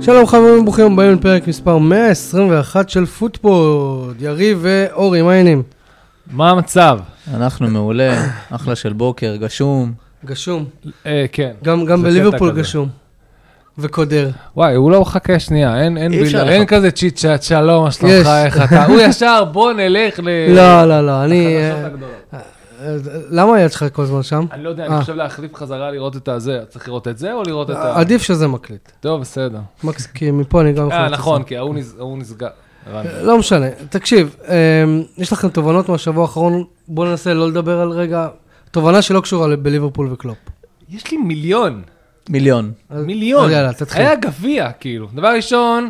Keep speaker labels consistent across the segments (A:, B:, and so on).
A: שלום חברים, ברוכים הבאים לפרק מספר 121 של פוטבול. יריב ואורי, מה העניינים?
B: מה המצב?
C: אנחנו מעולה, אחלה של בוקר, גשום.
A: גשום.
B: אה, כן.
A: גם, גם
B: זה
A: בליברפול
B: קטע כזה.
A: גשום. וקודר.
B: וואי, הוא לא מחכה שנייה, אין, אין,
C: אי אפשר
B: בילה,
C: לחכות.
B: אין כזה צ'יט צ'אט, שלום, מה שלומך,
A: יש.
B: איך אתה? הוא ישר, בוא נלך ל...
A: לא, לא, לא, אני... אה,
B: החדשות הגדולות.
A: אה, למה היד שלך כל הזמן שם?
B: אני לא יודע,
A: אה. אה,
B: אני חושב להחליף חזרה לראות את הזה, צריך לראות את זה או לראות את ה...
A: עדיף לא שזה מקליט.
B: טוב, בסדר.
A: מקס, כי מפה אני גם יכול...
B: אה,
A: לצאת.
B: נכון, כי ההוא נס- ההוא נסגר. הבנתי.
A: לא משנה, תקשיב, אה, יש לכם תובנות מהשבוע האחרון, בואו ננסה לא לדבר על רגע... תובנה שלא קשורה ל- בליברפול וקלופ.
B: יש לי מיליון,
C: מיליון.
A: אז-
B: מיליון.
A: אז יאללה, תתחיל.
B: היה גביע, כאילו. דבר ראשון,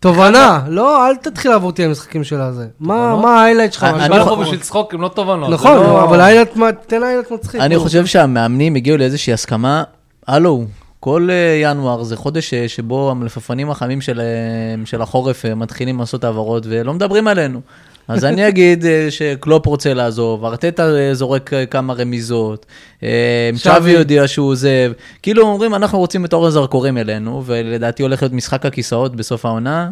A: תובנה, לא, אל תתחיל לעבור אותי למשחקים של הזה. מה
C: תובנות?
A: מה ההיילייט שלך?
C: אני-
A: מהשבוע
B: אני
C: לא-
B: בא לפה
A: האחרון?
B: בשביל צחוק, הם לא תובנות. זה
A: נכון,
B: לא-
A: אבל האיילייט, מה- תן איילייט מצחיק.
C: אני
A: נו.
C: חושב שהמאמנים הגיעו לאיזושהי הסכמה, הלו, כל אה, ינואר זה חודש אה, שבו המלפפנים החמים של, אה, של החורף אה, מתחילים לעשות העברות ולא מדברים עלינו. אז אני אגיד אה, שקלופ רוצה לעזוב, ארטטה אה, זורק אה, כמה רמיזות, אה,
A: שווי.
C: צ'אבי יודיע שהוא עוזב. כאילו אומרים, אנחנו רוצים את אור הזרקורים אלינו, ולדעתי הולך להיות משחק הכיסאות בסוף העונה,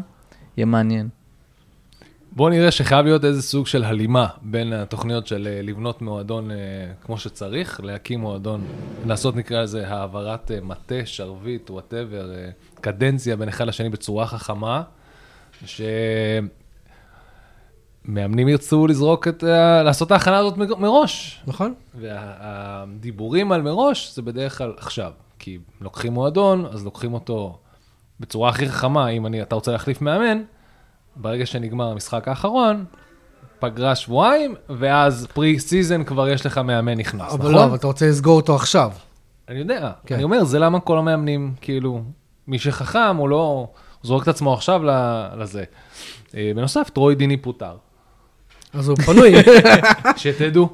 C: יהיה מעניין.
B: בואו נראה שחייב להיות איזה סוג של הלימה בין התוכניות של אה, לבנות מועדון אה, כמו שצריך, להקים מועדון, לעשות נקרא לזה העברת אה, מטה, שרביט, וואטאבר, קדנציה בין אחד לשני בצורה חכמה, שמאמנים ירצו לזרוק את, ה- לעשות את ההכנה הזאת מג- מראש.
A: נכון.
B: והדיבורים על מראש זה בדרך כלל עכשיו, כי לוקחים מועדון, אז לוקחים אותו בצורה הכי חכמה, אם אני, אתה רוצה להחליף מאמן, ברגע שנגמר המשחק האחרון, פגרה שבועיים, ואז פרי סיזן כבר יש לך מאמן נכנס,
A: אבל
B: נכון?
A: לא, אבל אתה רוצה לסגור אותו עכשיו.
B: אני יודע,
A: כן.
B: כן. אני אומר, זה למה כל המאמנים, כאילו, מי שחכם, הוא לא, הוא זורק את עצמו עכשיו ל- לזה. אה, בנוסף, טרוי דיני פוטר.
A: אז הוא פנוי.
B: שתדעו,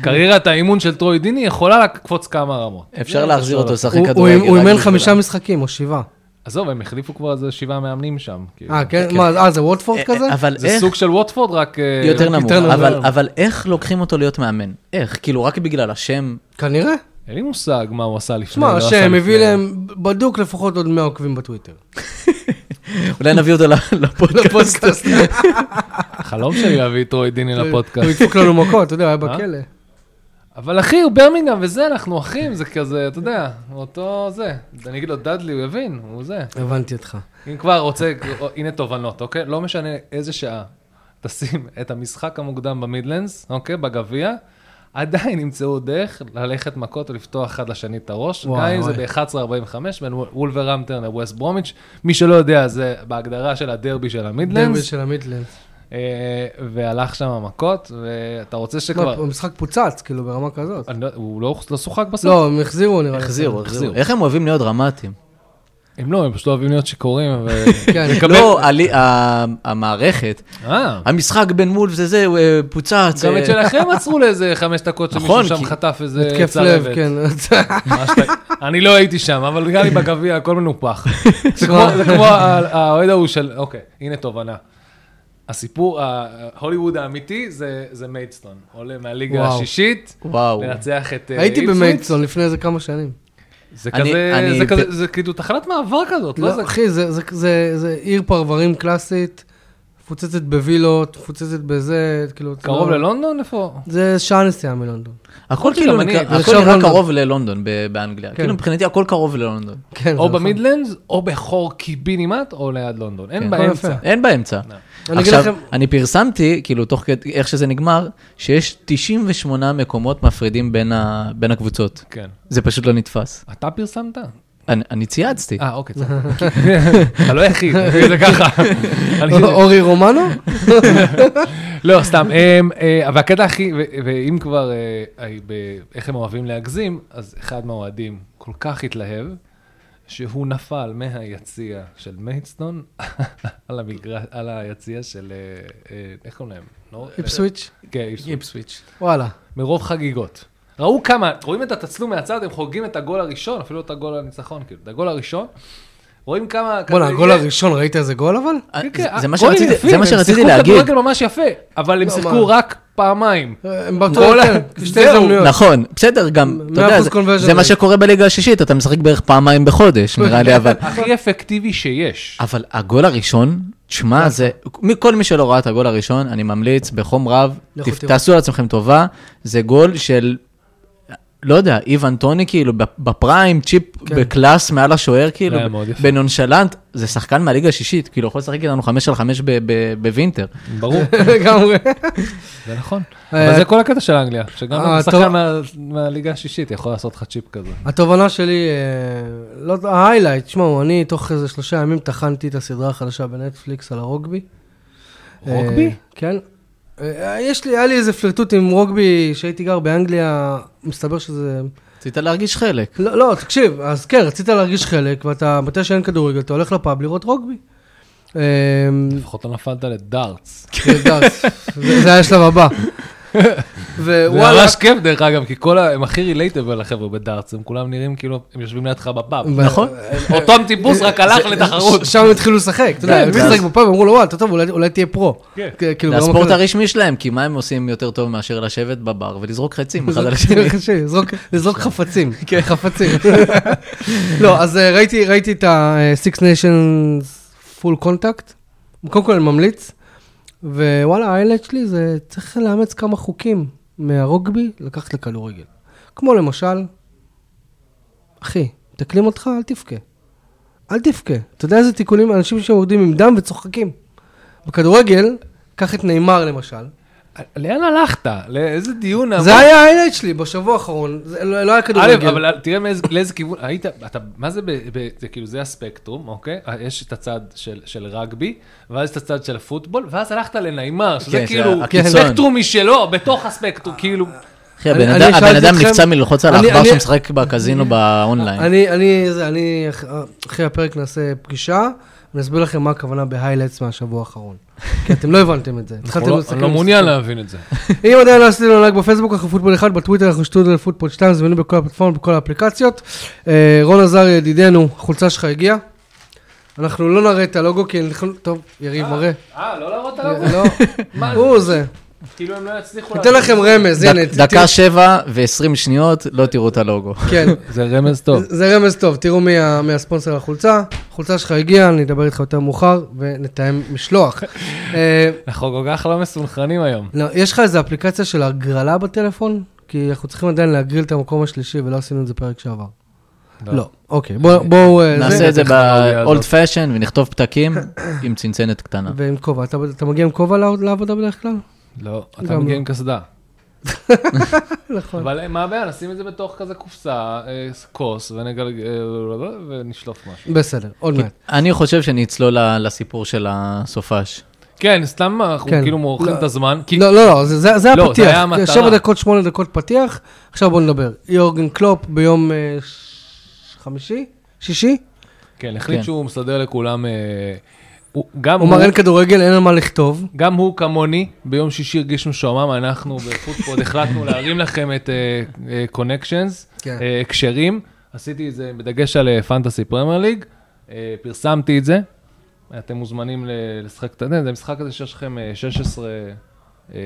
B: קריירת האימון של טרוי דיני יכולה לקפוץ כמה רמות.
C: אפשר
B: זה
C: להחזיר
B: קשור
C: אותו
B: אליו.
C: לשחק
A: הוא- הוא
C: כדורגל.
A: הוא
C: רק
A: אימן
C: בשביל
A: חמישה משחקים או שבעה.
B: עזוב, הם החליפו כבר איזה שבעה מאמנים שם. כאילו.
A: אה, כן? מה, אה, זה ווטפורד
C: אה,
A: כזה?
C: אבל
B: זה
C: איך-
B: סוג של ווטפורד, רק... אה,
C: יותר נמוך,
A: יותר נמוך.
C: אבל, אבל איך לוקחים אותו להיות מאמן? איך? כאילו, רק בגלל השם?
A: כנראה.
B: אין לי מושג מה הוא עשה לפני.
A: שמע,
B: לא עשה
A: השם
B: לפני.
A: הביא להם בדוק לפחות עוד 100 עוקבים בטוויטר.
C: אולי נביא אותו ל- לפודקאסט.
A: לפודקאסט.
B: החלום שלי להביא את רוי
A: כן.
B: דיני
A: הוא
B: לפודקאסט.
A: ידפוק לנו מכות, אתה יודע, הוא היה
B: אה?
A: בכלא.
B: אבל אחי, הוא ברמינגהם וזה, אנחנו אחים, זה כזה, אתה יודע, אותו זה. אני אגיד לו, דדלי, הוא יבין, הוא זה.
A: הבנתי אותך.
B: אם כבר רוצה, הנה תובנות, אוקיי? לא משנה איזה שעה. תשים את המשחק המוקדם במידלנדס, אוקיי? בגביע. עדיין ימצאו דרך ללכת מכות ולפתוח אחד לשני את הראש,
A: וואי,
B: גם אם זה
A: וואי.
B: ב-11.45 בין וולברמפטון לווסט ברומיץ'. מי שלא יודע, זה בהגדרה של הדרבי של
A: דרבי
B: המידלנדס,
A: של המידלנדס.
B: אה, והלך שם המכות, ואתה רוצה
A: מה,
B: שכבר...
A: המשחק פוצץ, כאילו, ברמה כזאת.
B: אני לא- הוא לא לא שוחק בסוף?
A: לא, הם החזירו נראה לי.
C: החזירו, החזירו.
B: החזירו.
C: לא, איך הם אוהבים להיות דרמטיים?
B: הם לא, הם פשוט אוהבים להיות שיכורים, ו...
A: כן,
C: לא, הלי- ה- המערכת,
B: אה,
C: המשחק בין מול וזה זה, הוא, אה, פוצץ.
B: גם
C: אה,
B: את שלכם עצרו לאיזה חמש דקות
C: נכון,
B: שמישהו שם
C: כי-
B: חטף איזה
A: התקף לב,
B: צלבת.
A: כן.
B: ממש ת- אני לא הייתי שם, אבל גם לי בגביע הכל מנופח. זה
A: שמע.
B: כמו- זה כמו ה- האוהד ההוא של, אוקיי, הנה תובנה. הסיפור, ה- הוליווד האמיתי זה זה מיידסטון. עולה מהליגה
A: וואו.
B: השישית,
C: וואו.
B: לנצח את אה,
A: הייתי
B: איפסוויץ'.
A: במקסון לפני איזה כמה שנים.
B: זה
C: אני-
B: כזה,
C: אני-
B: זה כזה, זה כאילו תחנת מעבר כזאת, לא
A: לא,
B: זה...
A: אחי, זה, זה, זה, זה עיר פרברים קלאסית, מפוצצת בווילות, מפוצצת בזה, כאילו... אתה
B: קרוב
A: לא-
B: ללונדון? איפה? זה
A: זה שעה נסיעה מלונדון.
C: הכל
B: שגם
C: כאילו
B: אני-
C: נקרא-
A: זה
C: הכל
A: שם
C: נראה
A: לונדון.
C: קרוב ללונדון ב- באנגליה. כאילו מבחינתי הכל קרוב ללונדון.
A: כן, זה
B: או
A: נכון.
B: במידלנדס, או בחור קיבינימט, או ליד לונדון. אין
C: כן.
B: באמצע.
A: יפה.
C: אין באמצע.
A: אני אגיד
C: עכשיו,
A: לכם-
C: אני פרסמתי, כאילו, תוך כדי, איך שזה נגמר, שיש 98 מקומות מפרידים בין ה- בין הקבוצות.
B: כן.
C: זה פשוט לא נתפס.
B: אתה פרסמת?
C: אני- אני צייצתי.
B: אה, אוקיי, צודק. אתה לא היחיד, זה ככה. אני-
A: אורי רומנו?
B: לא, סתם. אמ, אה, והקטע הכי, ו- ואם כבר, אה, אה, ב- איך הם אוהבים להגזים, אז אחד מהאוהדים כל כך התלהב, שהוא נפל מהיציע של מיידסטון על המגרש, על היציע של, אה, אה, איך קוראים להם? נור-
A: איפסוויץ'?
B: כן, איפסוויץ'.
C: איפסוויץ'.
A: וואלה.
B: מרוב חגיגות. ראו כמה, רואים את התצלום מהצד, הם חוגגים את הגול הראשון, אפילו לא את הגול הניצחון, כאילו, את הגול הראשון. רואים כמה...
A: בואנה,
B: כמה-
A: הגול הראשון, ראית איזה גול אבל?
B: כן, כן,
C: אה, זה מה
B: גולים
C: שרציתי-
B: יפים,
C: זה מה שרציתי
B: הם שיחקו
C: להגיד.
B: כדורגל ממש יפה, אבל הם
A: לא,
B: שיחקו
A: מה?
B: רק פעמיים.
A: הם בעטו
B: כל ה-
A: יותר, שתי
B: זהו.
A: הזדמנויות.
C: נכון, בסדר, גם, אתה יודע,
A: 100%
C: זה-
A: conversion
C: זה מה
A: rate.
C: שקורה בליגה השישית, אתה משחק בערך פעמיים בחודש, נראה לי, אבל...
B: הכי אפקטיבי שיש.
C: אבל הגול הראשון, תשמע, זה... כל מי שלא ראה את הגול הראשון, אני ממליץ בחום רב,
A: לכו
C: תפ-
A: תראו.
C: תעשו לעצמכם טובה, זה גול של, לא יודע, איוון טוני כאילו, בפ- בפריים, צ'יפ
A: כן.
C: בקלאס מעל השוער, כאילו,
B: היה מאוד יפה.
C: בנונשלנט, זה שחקן מהליגה השישית, כאילו, יכול לשחק איתנו חמש על חמש ב- ב- בווינטר.
B: ברור,
A: לגמרי.
B: זה נכון.
A: אה,
B: אבל זה כל הקטע של אנגליה, שגם
A: אה,
B: שחקן
A: טוב.
B: מה- מהליגה השישית יכול לעשות לך צ'יפ כזה.
A: התובנה שלי, אה, לא, ההיילייט, תשמעו, אני תוך איזה שלושה ימים טחנתי את הסדרה החדשה בנטפליקס על הרוגבי.
B: רוגבי?
A: אה, כן. אה, יש לי, היה לי איזה פלירטוט עם רוגבי שהייתי גר באנגליה, מסתבר שזה...
C: רצית להרגיש חלק.
A: לא, לא, תקשיב, אז כן, רצית להרגיש חלק, ואתה, מתי שאין כדורגל, אתה הולך לפאב לראות רוגבי. אה,
B: לפחות לא נפלת לדארטס.
A: זה דאס, זה זה היה השלב הבא.
B: זה
A: ווואלה,
B: ממש כיף דרך אגב, כי כל ה... הם הכי רילייטבל החבר'ה בדארטס, הם כולם נראים כאילו הם יושבים לידך בפאב.
C: נכון?
B: אותם טיפוס רק הלך לתחרות.
A: שם הם התחילו לשחק, אתה יודע,
C: כן,
A: הם
C: ואז-
A: התחילו בפאב, אמרו לו, וואלה, אתה טוב, אולי- אולי תהיה פרו.
B: כן.
A: כ- כאילו,
C: זה
A: ברמה
C: הספורט
A: כזאת.
C: הרשמי שלהם, כי מה הם עושים יותר טוב מאשר לשבת בבר ולזרוק חצים אחד על השני?
A: קשה, לזרוק- לזרוק חפצים, חפצים. לא, אז אה, ראיתי ראיתי את ה-Six Nations full contact, קודם כל אני ממליץ, ווואלה, האיילד שלי זה צריך לאמץ כמה חוקים מהרוגבי לקחת לכדורגל. כמו למשל, אחי, מתקלים אותך, אל תבכה. אל תבכה. אתה יודע איזה תיקונים, אנשים שמורדים עם דם וצוחקים. בכדורגל, קח את נאמר למשל,
B: לאן הלכת? לאיזה דיון?
A: זה היה האיילד שלי בשבוע האחרון, זה לא לא היה
B: נכון. א',
A: כדורגל.
B: אבל תראה מאיזה- לאיזה כיוון, היית, אתה, מה זה, ב, ב, זה כאילו, זה הספקטרום, אוקיי? אה, יש את הצד של, של רגבי, ואז את הצד של הפוטבול, ואז הלכת לניימר, שזה
C: כן,
B: כאילו,
C: זה הקיצון.
B: ספקטרום משלו, בתוך
A: אה,
B: הספקטרום, כאילו,
C: אחי,
A: אני-
C: הבן
A: אני
C: אדם- הבן
A: שאלתי
C: אדם
A: אתכם-
C: נפצע מללחוץ על
A: אני-
C: העכבר
A: אני-
C: שמשחק בקזינו באונליין.
A: אני, אני, זה, אני, אח- אחרי הפרק נעשה פגישה, ונסביר לכם מה הכוונה בהיילייטס מהשבוע האחרון. כי אתם לא הבנתם את זה.
B: הוא לא- אני לא מעוניין להבין את זה.
A: אם עדיין לא עשיתם לנו לייק בפייסבוק, אנחנו פוטבול 1, בטוויטר אנחנו שטודל פוטבול 2, זמינים בכל הפלטפורמות, בכל האפליקציות. אה, רון עזר ידידנו, החולצה שלך הגיעה. אנחנו לא נראה את הלוגו, כי אנחנו... טוב, יריב מראה.
B: אה, לא להראות את הלוגו?
A: לא,
B: מה זה?
A: הוא זה.
B: כאילו הם לא יצליחו...
A: ניתן לכם רמז, הנה.
C: דק- דקה שבע ועשרים שניות, לא תראו את הלוגו.
A: כן.
B: זה רמז טוב.
A: זה רמז טוב, תראו מי ה- מי הספונסר לחולצה. החולצה שלך הגיעה, אני אדבר איתך יותר מאוחר, ונתאם משלוח. אה,
B: אנחנו כל כך לא מסונכרנים היום.
A: לא, יש לך איזה אפליקציה של הגרלה בטלפון? כי אנחנו צריכים עדיין להגריל את המקום השלישי, ולא עשינו את זה פרק שעבר. לא. אוקיי, בוא- בואו... אה,
C: נעשה את זה
B: הטכנולוגיה
C: ב-old
B: הזאת.
C: fashion ונכתוב פתקים עם צנצנת קטנה.
A: ועם כובע. אתה- אתה מגיע עם כובע לעב- לעבודה בדרך כלל?
B: לא, אתה
A: גם
B: מגיע
A: לא.
B: עם קסדה.
A: נכון.
B: אבל אה, מה הבעיה? נשים את זה בתוך כזה קופסה, אה, כוס, אה, ונגלגל, ונשלוף משהו.
A: בסדר, עוד מעט.
C: אני חושב שאני אצלול ל- לסיפור של הסופש.
B: כן, סתם אנחנו
A: כן.
B: כאילו מורחים
A: לא.
B: את הזמן, כי
A: לא, לא, לא, זה- זה זה
B: לא, זה
A: הפתיח.
B: היה המטרה.
A: שבע דקות, שמונה דקות פתיח, עכשיו בואו נדבר. יורגן קלופ ביום אה, ש- חמישי? שישי?
B: כן, החליט
C: כן.
B: שהוא מסדר לכולם... אה, הוא- גם
A: הוא
B: הוא,
A: אומר אין כדורגל, אין על מה לכתוב.
B: גם הוא כמוני, ביום שישי הרגיש משועמם, אנחנו בפודפוד החלטנו להרים לכם את אה, קונקשנס,
A: כן.
B: אה, הקשרים. עשיתי את זה בדגש על אה, פנטסי פרמייר ליג, אה, פרסמתי את זה. אתם מוזמנים ל- לשחק את זה, זה משחק כזה שיש לכם אה, 16 אה,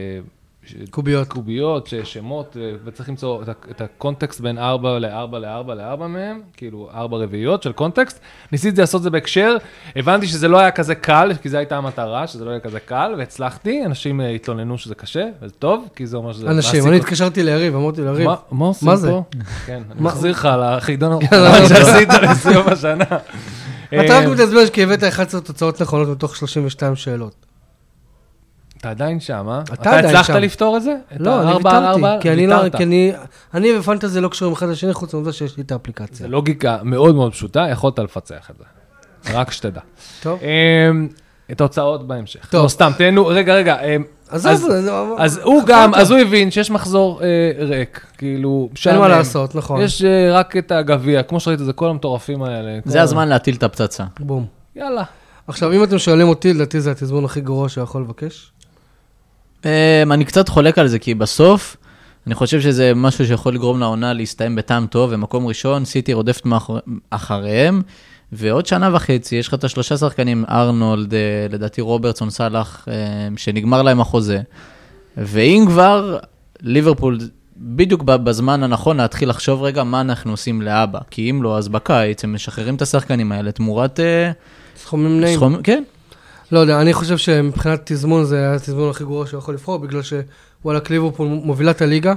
B: ש-
A: קוביות.
B: קוביות, ש- שמות, אה, וצריך למצוא את ה- את הקונטקסט בין 4 ל-4 ל-4 ל-4 מהם, כאילו 4 רביעיות של קונטקסט. ניסיתי לעשות את זה בהקשר, הבנתי שזה לא היה כזה קל, כי זו הייתה המטרה, שזה לא היה כזה קל, והצלחתי, אנשים אה, התלוננו שזה קשה, וזה טוב, כי זה אומר שזה
A: אנשים, אני התקשרתי ליריב, אמרתי ליריב,
B: מה- מה עושים
A: מה זה?
B: פה? כן, אני
A: מה-
B: מחזיר לך על החידון
A: לא,
B: האחרון
A: לא.
B: שעשית לסיום השנה.
A: אתה רק
B: אה,
A: מתעצבן כי הבאת 11 תוצאות נכונות מתוך 32 שאלות.
B: אתה עדיין שם, אה?
A: אתה עדיין
B: הצלחת
A: שם.
B: לפתור את זה? את
A: לא, אני
B: ה- ארבע על ארבע?
A: ויתרתי, כי אני לא,
B: ויתרת.
A: כי אני, אני ופנטזי לא קשורים אחד לשני, חוץ מהעובדה שיש לי את האפליקציה.
B: זה לוגיקה מאוד מאוד פשוטה, יכולת לפצח את זה. רק שתדע.
A: טוב,
B: אמ, את ההוצאות בהמשך.
A: טוב.
B: לא, סתם, תהנו, רגע, רגע. אמ,
A: עזוב, לא-
B: אז-
A: זה- זה-
B: אז הוא
A: חפרת.
B: גם, אז הוא הבין שיש מחזור אה, ריק, כאילו,
A: אין מה
B: משעמם.
A: לעשות, נכון.
B: יש אה, רק את הגביע, כמו שראית, זה כל המטורפים האלה. כל
C: זה הזמן להטיל את הפצצה.
A: בום.
B: יאללה.
A: עכשיו, אם אתם שואלים אותי, לדעתי זה התזמון הכי גרוע שיכול לבקש.
C: אמ, אני קצת חולק על זה, כי בסוף, אני חושב שזה משהו שיכול לגרום לעונה להסתיים בטעם טוב, ומקום ראשון, סיטי רודפת מאחור- אחריהם, ועוד שנה וחצי, יש לך את השלושה שחקנים, ארנולד, אה, לדעתי רוברטסון, סאלח, אמ, שנגמר להם אה, החוזה. ואם כבר, ליברפול בדיוק ב- בזמן הנכון להתחיל לחשוב רגע מה אנחנו עושים לאבא. כי אם לא, אז בקיץ הם משחררים את השחקנים האלה תמורת... אה,
A: סכומים נעים.
C: סכום, כן,
A: לא יודע, אני חושב שמבחינת תזמון זה היה התזמון הכי גרוע שהוא יכול לבחור, בגלל שוואלכ ליברפול מובילה את הליגה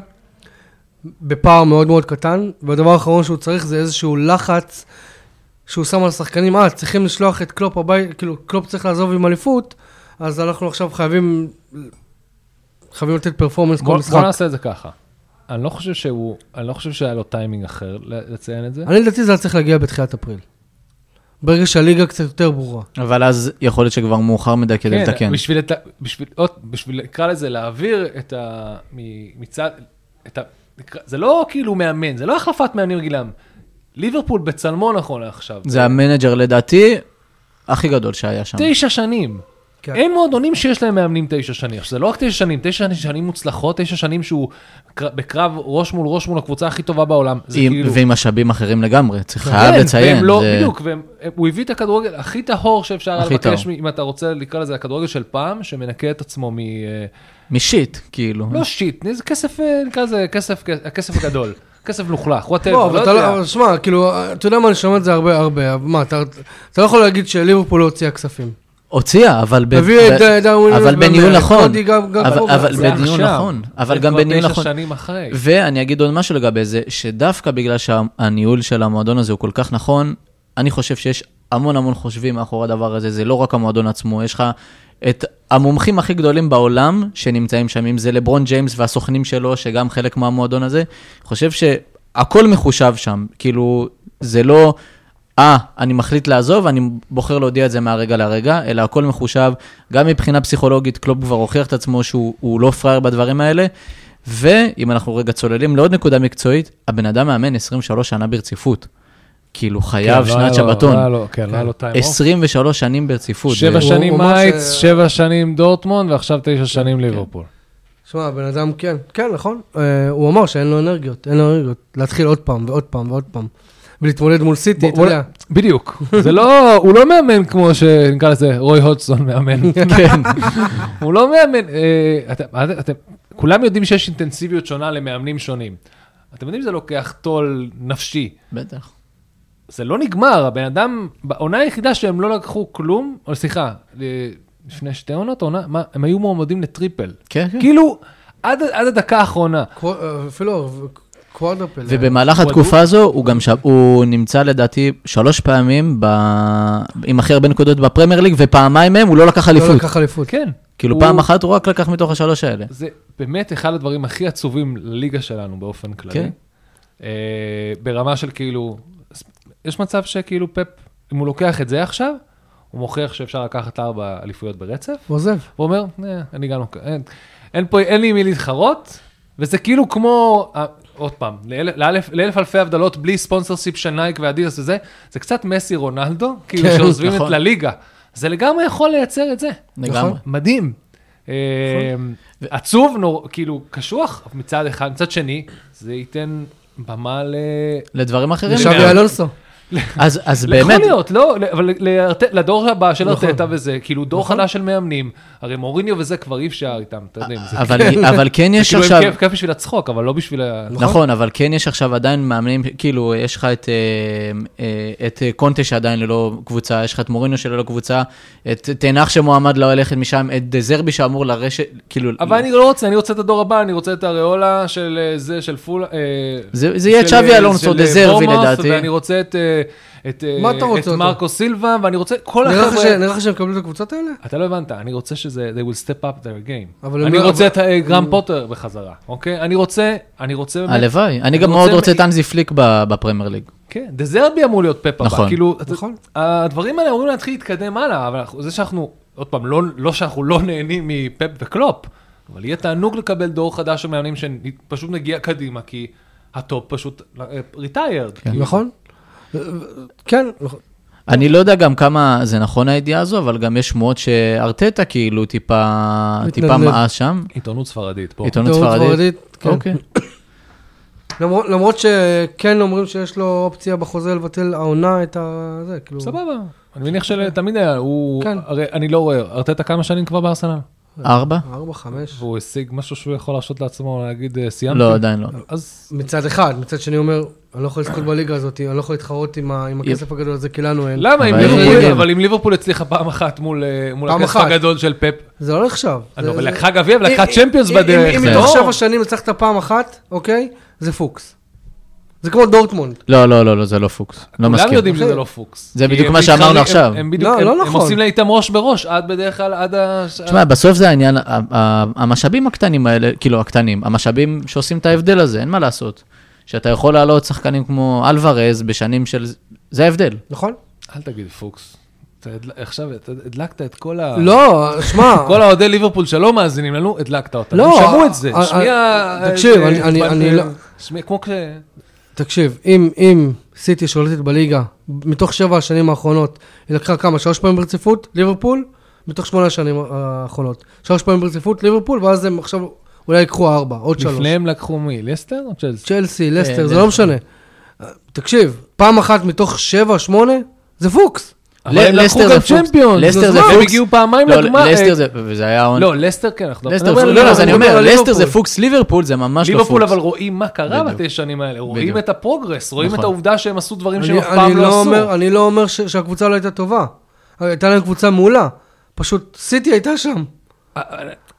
A: בפער מאוד מאוד קטן, והדבר האחרון שהוא צריך זה איזשהו לחץ שהוא שם על השחקנים, אה, צריכים לשלוח את קלופ הבית, כאילו, קלופ צריך לעזוב עם אליפות, אז אנחנו עכשיו חייבים, חייבים לתת פרפורמנס כל
B: בוא בוא
A: משחק.
B: נעשה את זה ככה. אני לא חושב שהוא, אני לא חושב שהיה לו טיימינג אחר ל- לציין את זה.
A: אני לדעתי זה היה צריך להגיע בתחילת אפריל. ברגע שהליגה קצת יותר ברורה.
C: אבל אז יכול להיות שכבר מאוחר מדי
B: כן,
C: כדי לתקן.
B: בשביל, את, ה- בשביל, עוד, בשביל, נקרא לזה, להעביר את ה... מ- מצד... את ה נקרא, זה לא כאילו מאמן, זה לא החלפת מאמנים גילם. ליברפול בצלמו נכון לעכשיו.
C: זה המנג'ר לדעתי הכי גדול שהיה שם.
B: תשע שנים.
A: כן.
B: אין מועדונים שיש להם מאמנים תשע שנים. עכשיו, זה לא רק תשע שנים, תשע שנים מוצלחות, תשע שנים שהוא קר- בקרב ראש מול ראש מול הקבוצה הכי טובה בעולם. זה
C: עם-
B: כאילו...
C: ועם משאבים אחרים לגמרי, צריך
B: כן,
C: חייב לציין.
B: והם לא,
C: זה-
B: בדיוק, והם- הם- הוא הביא את הכדורגל הכי טהור שאפשר היה
C: הכי
B: לבקש,
C: טהור.
B: אם אתה רוצה לקרוא לזה הכדורגל של פעם, שמנקה את עצמו מ... אה,
C: משיט, כאילו.
B: לא שיט, זה כסף, אה, נקרא לזה כסף, הכסף הגדול, כסף לוכלך,
A: לא,
B: וואטאבר,
A: אבל
B: לא
A: אתה לא,
B: יודע.
A: אבל שמע, כאילו, אתה יודע מה, אני שומע את זה הרבה הרבה, אבל מה, אתה אתה לא יכול להגיד שליברפול לא הוציאה כספים.
C: הוציאה, אבל... ב-
A: הביא
C: ב-
A: את אה, דן ווילמוט
C: אבל בניהול
A: במרץ,
C: נכון,
A: קודי גם- גם
C: אבל-
A: קרוב.
C: אבל
B: זה
C: בדיון
B: עכשיו.
C: נכון, אבל
B: זה
C: גם
B: כבר
C: בניהול
B: תשע
C: נכון.
B: שנים אחרי.
C: ואני אגיד עוד משהו לגבי זה, שדווקא בגלל שהניהול של המועדון הזה הוא כל כך נכון, אני חושב שיש המון המון חושבים מאחורי הדבר הזה, זה לא רק המועדון עצמו, יש לך את המומחים הכי גדולים בעולם שנמצאים שם, אם זה לברון ג'יימס והסוכנים שלו, שגם חלק מהמועדון הזה, חושב שהכל מחושב שם, כאילו, זה לא... אה, אני מחליט לעזוב, אני בוחר להודיע את זה מהרגע לרגע, אלא הכל מחושב. גם מבחינה פסיכולוגית, קלופ כבר הוכיח את עצמו שהוא הוא לא פראייר בדברים האלה. ואם אנחנו רגע צוללים לעוד נקודה מקצועית, הבן אדם מאמן 23 שנה ברציפות. כאילו, חייב שנת שבתון. אה,
B: כן, לא היה לו טיים.
C: 23 שנים ברציפות.
B: שבע
A: הוא-
B: שנים
A: הוא אמר
B: מייץ,
A: ש-
B: שבע שנים דורטמונד, ועכשיו
C: כן,
B: תשע שנים ליברפול.
A: שמע, הבן אדם כן, כן, נכון. אה, הוא אמר שאין לו אנרגיות, אין לו אנרגיות. להתחיל עוד פעם ועוד פעם ועוד פעם. ולהתמודד מול סיטי, אתה
B: בוא-
A: יודע.
B: בדיוק. זה לא, הוא לא מאמן כמו שנקרא לזה רוי הודסון מאמן.
C: כן.
B: הוא לא מאמן, אה, אתם- אתם- כולם יודעים שיש אינטנסיביות שונה למאמנים שונים. אתם יודעים שזה לוקח טול נפשי.
C: בטח.
B: זה לא נגמר, הבן אדם, בעונה היחידה שהם לא לקחו כלום, או סליחה, ל- לפני שתי עונות, עונה, מה, הם היו מועמדים לטריפל.
C: כן, כן.
B: כאילו, עד, עד הדקה האחרונה.
A: קו- אה, אפילו אה, קוואדרפל. היה.
C: ובמהלך
B: הוא
C: התקופה הזו, הוא גם שם, הוא נמצא לדעתי שלוש פעמים ב... עם הכי הרבה נקודות בפרמייר ליג, ופעמיים מהם הוא לא לקח
A: לא
C: אליפות.
A: לקח אליפות.
B: כן.
C: כאילו,
B: הוא-
C: פעם אחת הוא רק לקח מתוך השלוש האלה.
B: זה באמת אחד הדברים הכי עצובים לליגה שלנו באופן כללי.
C: כן.
B: אה, ברמה של כאילו, יש מצב שכאילו פפ, אם הוא לוקח את זה עכשיו, הוא מוכיח שאפשר לקחת ארבע אליפויות ברצף,
A: הוא
C: לא
A: עוזב.
B: הוא אומר, "אה, אני גם לא... אין, אין פה, אין לי עם מי להתחרות, וזה כאילו כמו, אה, עוד פעם, לאלף, לאלף, לאלף אלפי הבדלות בלי ספונסרשיפ של נייק ואדידס וזה, זה קצת מסי רונלדו, כאילו
C: כן,
B: שעוזבים את
C: נכון.
B: לליגה. זה לגמרי יכול לייצר את זה.
C: לגמרי.
B: מדהים.
C: נכון.
B: אה, עצוב, נור, כאילו, קשוח מצד אחד, מצד שני, זה ייתן במה ל...
C: לדברים אחרים.
B: לשם-
A: ושבי אלונסו.
C: אז, אז
B: יכול
C: באמת,
B: להיות, לא, אבל לארט- לדור הבא של
A: נכון.
B: ארטטה וזה, כאילו דור חדש של מאמנים, הרי מוריניו וזה כבר אי אפשר איתם, אתה יודע, זה
C: אבל, אבל כן יש
B: כאילו הם
C: עכשיו...
B: כיף, כיף בשביל הצחוק, אבל לא בשביל ה...
A: נכון.
C: נכון, אבל כן יש עכשיו עדיין מאמנים, כאילו, יש לך את, אה, אה, את אה, קונטה שעדיין ללא קבוצה, יש לך את מורינו שללא קבוצה, את תנח שמועמד לא ללכת משם, את דזרבי שאמור לרשת, כאילו...
B: אבל אני לא רוצה, אני רוצה את הדור הבא, אני רוצה את הריאולה של אה, זה, של פול... אה,
C: זה, זה יהיה את
B: של,
C: שווי
B: אה,
C: אלונסו
B: של, אה,
C: דזרבי
B: בורמוס,
C: לדעתי.
B: ואני רוצה את... אה, את, אה,
A: מה אתה רוצה
B: את
A: אותו? לא
B: מרקו סילבה, ואני רוצה... כל
A: נראה לך ש-
B: החבר'ה...
A: נראה לך שהם קבלו את הקבוצות האלה?
B: אתה לא הבנת, אני רוצה שזה, they will step up their game.
A: אבל הם
B: אני
A: לא-
B: רוצה
A: אבל-
B: את אה, גרם פוטר בחזרה, אוקיי? אני רוצה, אני רוצה באמת...
C: הלוואי, אני
B: אני
C: גם
B: רוצה
C: מאוד
B: מ-
C: רוצה את אנזי פליק ב- בפרמייר ליג.
B: כן, דזרבי אמור להיות פפ הבא.
C: נכון.
B: כאילו, אתה-
A: נכון.
B: הדברים האלה אמורים להתחיל להתקדם הלאה, אבל אנחנו- זה שאנחנו, עוד פעם, לא, לא שאנחנו לא נהנים מפפ וקלופ, אבל יהיה תענוג לקבל דור חדש של מאמנים שפשוט נגיע קדימה, כי הטופ פשוט אה, ריטיירד. כן.
A: נכון? אה, כן, נכון.
C: אני לא יודע גם כמה זה נכון הידיעה הזו, אבל גם יש שמועות שארטטה כאילו טיפה, טיפה
A: מתנדנד.
C: מאס שם.
B: עיתונות ספרדית פה.
C: עיתונות
A: טעות
C: ספרדית.
A: כן.
C: אוקיי.
A: למרות- למרות שכן אומרים שיש לו אופציה בחוזה לבטל העונה את ה... זה, כאילו...
B: סבבה, אני מניח שתמיד היה, הוא,
A: כן.
B: הרי אני לא רואה, ארטטה כמה שנים כבר בארסנל?
C: ארבע?
A: ארבע, חמש.
B: והוא השיג משהו שהוא יכול להרשות לעצמו להגיד, אה, סיימתי?
C: לא, עדיין לא.
B: אז
A: מצד אחד, מצד שני הוא אומר, אני לא יכול לזכות בליגה הזאת, אני לא יכול להתחרות עם ה- עם הכסף הגדול הזה, כי לנו אין.
B: למה אם
C: אבל
B: ליברפול,
A: אין.
B: אבל אם ליברפול הצליחה פעם אחת מול אה, מול
A: פעם
B: הכסף
A: אחת.
B: הגדול של פפ,
A: זה לא נחשב.
B: אה,
A: זה-
B: אבל
A: זה-
B: לקחה גביע ולקחה
A: אם-
B: צ'מפיונס
A: אם- אם-
B: בדרך.
A: אם
B: זה
A: מתוך
B: לא-
A: שבע שנים הצלחת פעם אחת, אוקיי? זה פוקס. זה כמו דורטמונד.
C: לא, לא, לא, לא, זה לא פוקס. לא
B: כולם
C: מסכים.
B: יודעים שזה לא פוקס.
C: זה
B: כי
C: בדיוק
B: הם
C: מה שאמרנו
B: מתחרים-
C: עכשיו.
B: הם- הם בדיוק,
A: לא,
B: הם
A: לא
B: הם
A: נכון.
B: עושים לה איתם ראש בראש, עד בדרך כלל, עד ה...
C: תשמע, בסוף זה העניין, ה- ה- המשאבים הקטנים האלה, כאילו הקטנים, המשאבים שעושים את ההבדל הזה, אין מה לעשות. שאתה יכול להעלות שחקנים כמו אלוורז בשנים של... זה ההבדל.
A: נכון?
B: אל תגיד פוקס. אתה הדל- עכשיו אתה הדלקת את כל ה...
A: לא, שמע,
B: אה. כל האוהדי ליברפול שלא מאזינים לנו, הדלקת אותם.
A: לא,
B: הם שמעו את זה.
A: אה, אה,
B: שנייה...
A: תקשיב,
B: אה,
A: אני- אני-
B: אה,
A: אני
B: אה,
A: לא-
B: שמיע- כמו כש...
A: תקשיב, אם- אם סיטי שולטת בליגה, מתוך שבע השנים האחרונות, היא לקחה כמה? שלוש פעמים ברציפות? ליברפול? מתוך שמונה השנים האחרונות. שלוש פעמים ברציפות? ליברפול? ואז הם עכשיו אולי ייקחו ארבע, עוד שלוש.
B: לפניהם לקחו מי? לסטר או צ'לסי?
A: צ'לסי,
C: אה,
A: לסטר, זה
C: לסטר.
A: לא משנה. תקשיב, פעם אחת מתוך שבע, שמונה, זה פוקס.
B: אבל
C: ל-
B: הם לקחו
C: לסטר
B: גם
C: זה פוקס.
B: צ'מפיונס.
C: לסטר
B: נו,
C: זה
B: אז מה? הם
C: פוקס.
B: הגיעו פעמיים
C: לא,
B: לגמר.
C: לסטר
B: אה,
C: זה... וזה היה... הון-
B: לא, לסטר כן, אנחנו...
C: לסטר,
B: אנחנו
C: פוקס.
B: מדברים
A: לא,
C: לא,
B: על
C: אז אני
A: מדבר
C: אומר,
A: על
C: לסטר
A: ליברפול.
C: זה פוקס, ליברפול זה ממש לא
B: ליברפול אבל
C: פוקס.
B: רואים מה קרה
C: בדיוק.
B: בתשע שנים האלה, רואים
C: בדיוק.
B: את הפרוגרס, רואים
C: נכון.
B: את העובדה שהם עשו דברים שהם
A: אני-
B: אף פעם
A: אני
B: לא עשו.
A: אומר- אני לא אומר ש- שהקבוצה לא הייתה טובה. הייתה להם קבוצה מעולה. פשוט סיטי הייתה שם.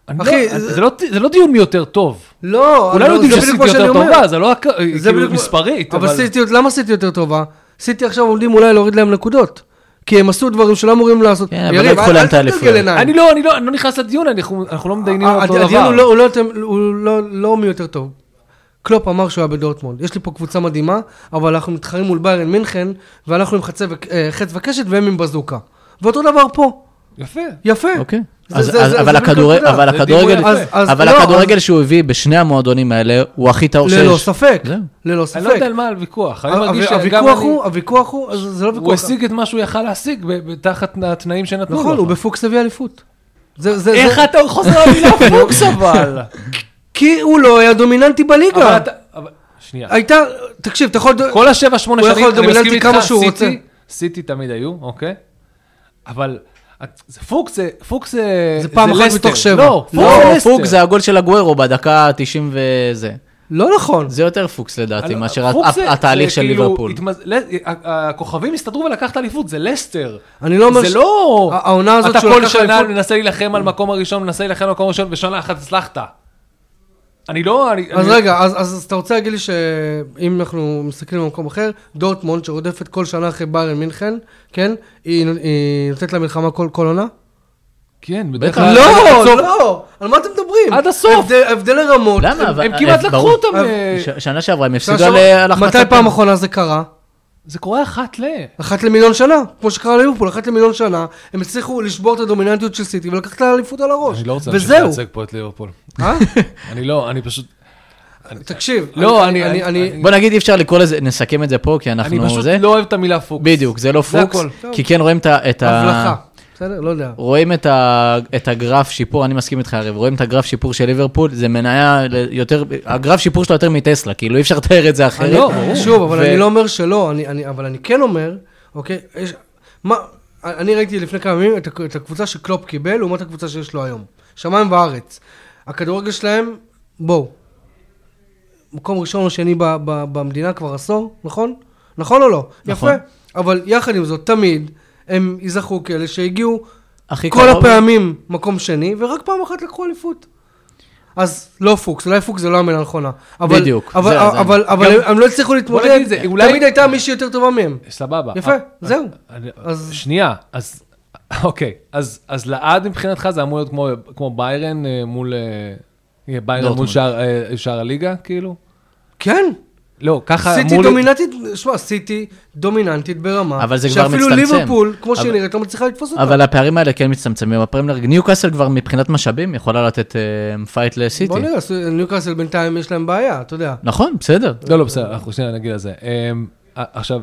B: אני
A: אחי,
B: לא-
A: זה-
B: זה לא- זה לא דיון מי יותר טוב.
A: לא,
B: כולם
A: לא,
B: יודעים
A: זה בדיוק
B: שסיטי
A: מה שאני
B: יותר
A: אומר.
B: טובה, זה לא הק-
A: זה
B: כאילו
A: בדיוק-
B: מספרית,
A: אבל
B: אבל...
A: סיטי, למה סיטי יותר טובה? סיטי עכשיו עומדים אולי להוריד להם נקודות. כי הם עשו דברים שלא אמורים לעשות.
C: כן, אבל
A: יריב,
C: לא לקחו
A: אל-
C: להם את
A: אל
C: האליפויות.
A: תגלגל עיניים.
B: אני לא, אני לא, אני לא נכנס לדיון, אנחנו אנחנו לא מתדיינים על אותו
A: אה, הדיון הוא לא-
B: דבר.
A: הוא לא יותר- הוא לא- לא מי יותר טוב. קלופ אמר שהוא היה בדורטמונד. יש לי פה קבוצה מדהימה, אבל אנחנו מתחרים מול ביירן מינכן, ואנחנו עם חצי וק- אה, חץ וקשת והם עם בזוקה. ואותו דבר פה,
B: יפה.
A: יפה.
C: אוקיי.
A: זה-
C: אז-
A: זה-
C: אז-
A: זה-
C: אבל
A: זה בדיוק
C: הכדורגל-
A: הנקודה.
C: אבל
B: זה
C: הכדורגל,
B: דימוי
A: יפה. אז- אז
C: אבל
A: לא,
C: הכדורגל שהוא הביא בשני המועדונים האלה, הוא הכי טהור שיש.
A: ללא ספק,
C: אוקיי. זהו.
A: ללא
B: אני לא יודע
A: ספק.
B: על מה הוויכוח, אני
A: ה-
B: מרגיש
A: ה-
B: שגם
A: הוויכוח
B: אני-
A: הוא, הוויכוח הוא, אז זה לא ויכוח.
B: הוא השיג את מה שהוא יכל להשיג ב- ב- תחת התנאים שנתנו לו.
A: נכון, הוא בפוקס הביא אליפות. זה- זה-
B: איך
A: זה- לא
B: אתה חוזר על מילה פוקס אבל?
A: כי הוא לא היה דומיננטי
B: אבל
A: בליגה.
B: אתה- אבל- שנייה.
A: הייתה, תקשיב, אתה יכול...
B: כל השבע שמונה
A: הוא
B: שנים,
A: יכול
B: אני מסכים
A: דומיננטי
B: איתך,
A: כמה שהוא
B: סיטי,
A: רוצה.
B: סיטי תמיד היו, אוקיי? אבל את- זה פוקס זה, פוקס זה,
A: זה פעם אחת
B: לסטר.
A: מתוך שבע.
B: לא, פוקס
C: לא,
B: זה
C: פוקס
B: לסטר.
C: זה הגול של הגוורו בדקה ה-90 וזה.
A: לא נכון.
C: זה יותר פוקס לדעתי,
B: אבל
C: מאשר
B: פוקס
C: הת-
B: זה-
C: התהליך
B: זה
C: של
B: כאילו
C: ליברפול.
B: התמז- ל- ה- ה- הכוכבים הסתדרו ולקח את האליפות, זה לסטר.
A: אני לא אומר...
B: זה
A: ש-
B: לא...
A: הע- העונה הזאת
B: אתה
A: שהוא
B: כל
A: לקח
B: שנה
A: אליפות-
B: מנסה להילחם על מקום הראשון, מנסה להילחם על מקום הראשון, ושנה אחת הצלחת. אני לא... אני-
A: אז
B: אני-
A: רגע, אז, אז אתה רוצה להגיד לי שאם אנחנו מסתכלים במקום אחר, דורטמונד שרודפת כל שנה אחרי ביירן מינכן, כן? היא, היא נותנת לה מלחמה כל, כל עונה?
B: כן, בדרך
C: בטח.
B: כלל... עד
A: לא,
B: הסוף.
A: לא, על מה אתם מדברים?
B: עד הסוף.
A: הבדל, הבדל הרמות.
C: למה? אבל-
B: הם כמעט
C: אה,
B: לקחו
C: ברור.
B: אותם...
A: אבל-
B: אה,
C: ש- שנה שעברה הם
A: שנה
C: הפסידו על- אה,
A: שעברה-
C: על החמצה.
A: מתי פעם אחרונה זה קרה?
B: זה קורה אחת ל...
A: אחת למיליון שנה, כמו שקרה ליברפול, אחת למיליון שנה, הם הצליחו לשבור את הדומיננטיות של סיטי ולקחת לה אליפות על הראש.
B: אני לא רוצה להמשיך
A: וזהו.
B: לייצג פה את ליברפול.
A: אה?
B: אני לא, אני פשוט...
A: תקשיב,
B: לא, אני-
A: אני,
B: אני-
A: אני,
C: בוא נגיד אי אפשר לקרוא לזה, נסכם את זה פה, כי
B: אני
C: אנחנו
B: פשוט
C: זה.
B: לא אוהב את המילה פוקס.
C: בדיוק, זה לא
B: זה
C: פוקס,
B: הכל.
C: כי כן רואים את ה- את ה...
A: הבלחה. בסדר? לא יודע.
C: רואים את, ה, את הגרף שיפור, אני מסכים איתך, הרי, רואים את הגרף שיפור של ליברפול, זה מניה ל- יותר, הגרף שיפור שלה יותר מטסלה, כאילו אי אפשר לתאר את זה אחרת.
A: אני, לא, שוב, אבל
C: ו-
A: אני לא אומר שלא, אני, אני, אבל אני כן אומר, אוקיי, יש, מה, אני ראיתי לפני כמה ימים את, הק- את הקבוצה שקלופ קיבל, לעומת הקבוצה שיש לו היום. שמיים וארץ. הכדורגל שלהם, בואו, מקום ראשון או שני ב, ב, במדינה כבר עשור, נכון? נכון או לא?
C: נכון.
A: יפה. אבל יחד עם זאת, תמיד הם ייזכרו כאלה שהגיעו
C: הכי
A: כל הפעמים מקום שני, ורק פעם אחת לקחו אליפות. אז לא פוקס, אולי פוקס זה לא המילה הנכונה. אבל,
C: בדיוק,
A: אבל,
C: זה-
A: אבל,
C: זה-
A: אבל, אבל
B: גם-
A: הם, הם לא הצליחו להתמודד,
B: נגיד זה, אולי-
A: תמיד הייתה מישהי יותר טובה מהם.
B: סבבה.
A: יפה,
B: אה,
A: זהו.
B: אני-
A: אז-
B: שנייה, אז... אוקיי, אז אז לעד מבחינתך זה אמור להיות כמו- כמו ביירן אה, מול... אה, יהיה ביירן מול
C: דורטמונד.
B: שער, אה, שער הליגה, כאילו?
A: כן,
B: לא, ככה
A: סיטי
B: אמור... להיות-
A: דומיננטית, שמע, סיטי דומיננטית ברמה,
C: אבל זה כבר
A: שאפילו
C: מצטמצם.
A: ליברפול, כמו שהיא
C: אבל-
A: נראית, לא מצליחה לתפוס אותה.
C: אבל הפערים האלה כן מצטמצמים בפרמייר, ליג. ניוקאסל כבר מבחינת משאבים יכולה לתת אה, פייט לסיטי.
A: בוא נראה, ס- ניוקאסל בינתיים יש להם בעיה, אתה יודע.
C: נכון, בסדר.
B: לא, לא, בסדר, אנחנו שנייה נגיד על זה. אמ, ע- עכשיו,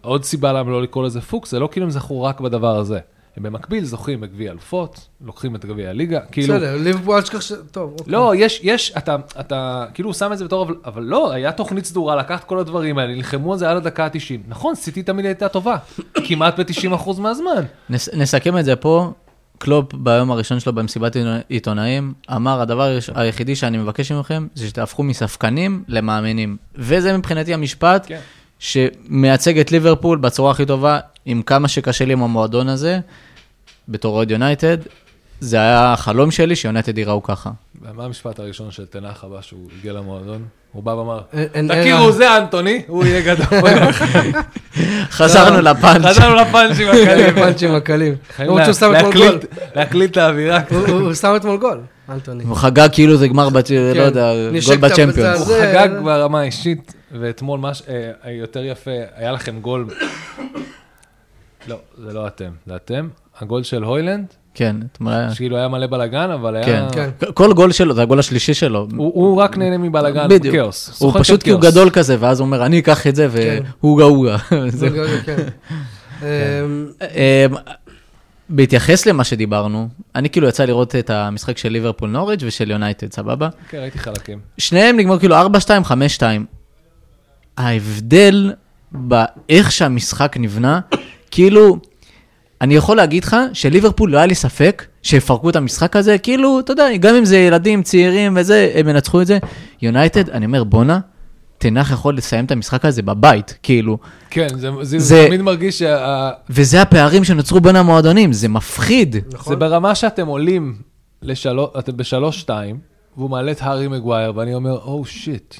B: עוד סיבה למה לא לקרוא לזה פוקס, זה לא כאילו הם זכו רק בדבר הזה. הם במקביל זוכים בגביע אלופות, לוקחים את גביע הליגה, כאילו...
A: בסדר, ליברפול, אל תשכח ש... טוב, אוקיי.
B: לא, יש, יש, אתה, אתה כאילו שם את זה בתור, אבל, אבל לא, היה תוכנית סדורה, לקחת כל הדברים האלה, נלחמו על זה עד הדקה ה-90. נכון, סיטי תמיד הייתה טובה, כמעט ב-90% מהזמן.
C: נס- נסכם את זה פה, קלופ ביום הראשון שלו במסיבת עיתונאים אמר, הדבר הראש- היחידי שאני מבקש מכם זה שתהפכו מספקנים למאמינים. וזה מבחינתי המשפט
B: כן.
C: שמייצג את ליברפול בצורה הכי טובה, עם כמה שקשה לי עם המועדון הזה, בתור אוהד יונייטד. זה היה החלום שלי שיונייטד ייראו ככה.
B: ומה המשפט הראשון של תנח הבא שהוא הגיע למועדון? הוא בא ואמר,
A: אין- אין-
B: תכירו,
A: אין-
B: זה אנטוני, הוא יהיה גדול.
C: חזרנו לפאנץ'.
B: חזרנו לפאנצ'ים הקלים.
A: פאנצ'ים הקלים.
B: חייבים
A: למרות לא שהוא שם אתמול גול.
B: להקליט- להקליט את האווירה.
A: הוא- הוא הוא שם אתמול גול, אנטוני.
C: הוא חגג כאילו זה גמר, בת- לא יודע,
A: נשק
C: גול
A: את הפצע
C: בצ'מפיונס.
A: הזה.
B: הוא
A: זה-
B: חגג ברמה האישית, ואתמול מה ש... אה, יותר יפה, היה לכם גול... לא, זה לא אתם, זה אתם. הגול של הוילנד,
C: כן, אתמול היה...
B: שכאילו היה מלא בלאגן, אבל
C: כן.
B: היה...
A: כן.
C: כל גול שלו, זה הגול השלישי שלו.
B: הוא הוא רק נהנה מבלאגן,
C: בדיוק.
B: כאוס.
C: הוא
B: שוחק
C: פשוט
B: את
C: כי הוא
B: כאוס.
C: גדול כזה, ואז הוא אומר, אני אקח את זה,
A: כן.
C: והוגה הוגה. זהו.
A: גול, גול, כן. אמ,
C: אמ, בהתייחס למה שדיברנו, אני כאילו יצא לראות את המשחק של ליברפול נוריץ' ושל יונייטד, סבבה?
B: כן, ראיתי חלקים.
C: שניהם נגמר כאילו 4-2, 5-2. ההבדל באיך שהמשחק נבנה, כאילו, אני יכול להגיד לך שליברפול לא היה לי ספק שיפרקו את המשחק הזה, כאילו, אתה יודע, גם אם זה ילדים צעירים וזה, הם ינצחו את זה. יונייטד, אני אומר, בואנה, תנח יכול לסיים את המשחק הזה בבית, כאילו.
B: כן, זה- זה-
C: זה-
B: זה תמיד מרגיש שה...
C: וזה הפערים שנוצרו בין המועדונים, זה מפחיד.
B: זה ברמה שאתם עולים, לשלו- אתם בשלוש-שתיים, והוא מעלה את הארי מגווייר, ואני אומר, או שיט,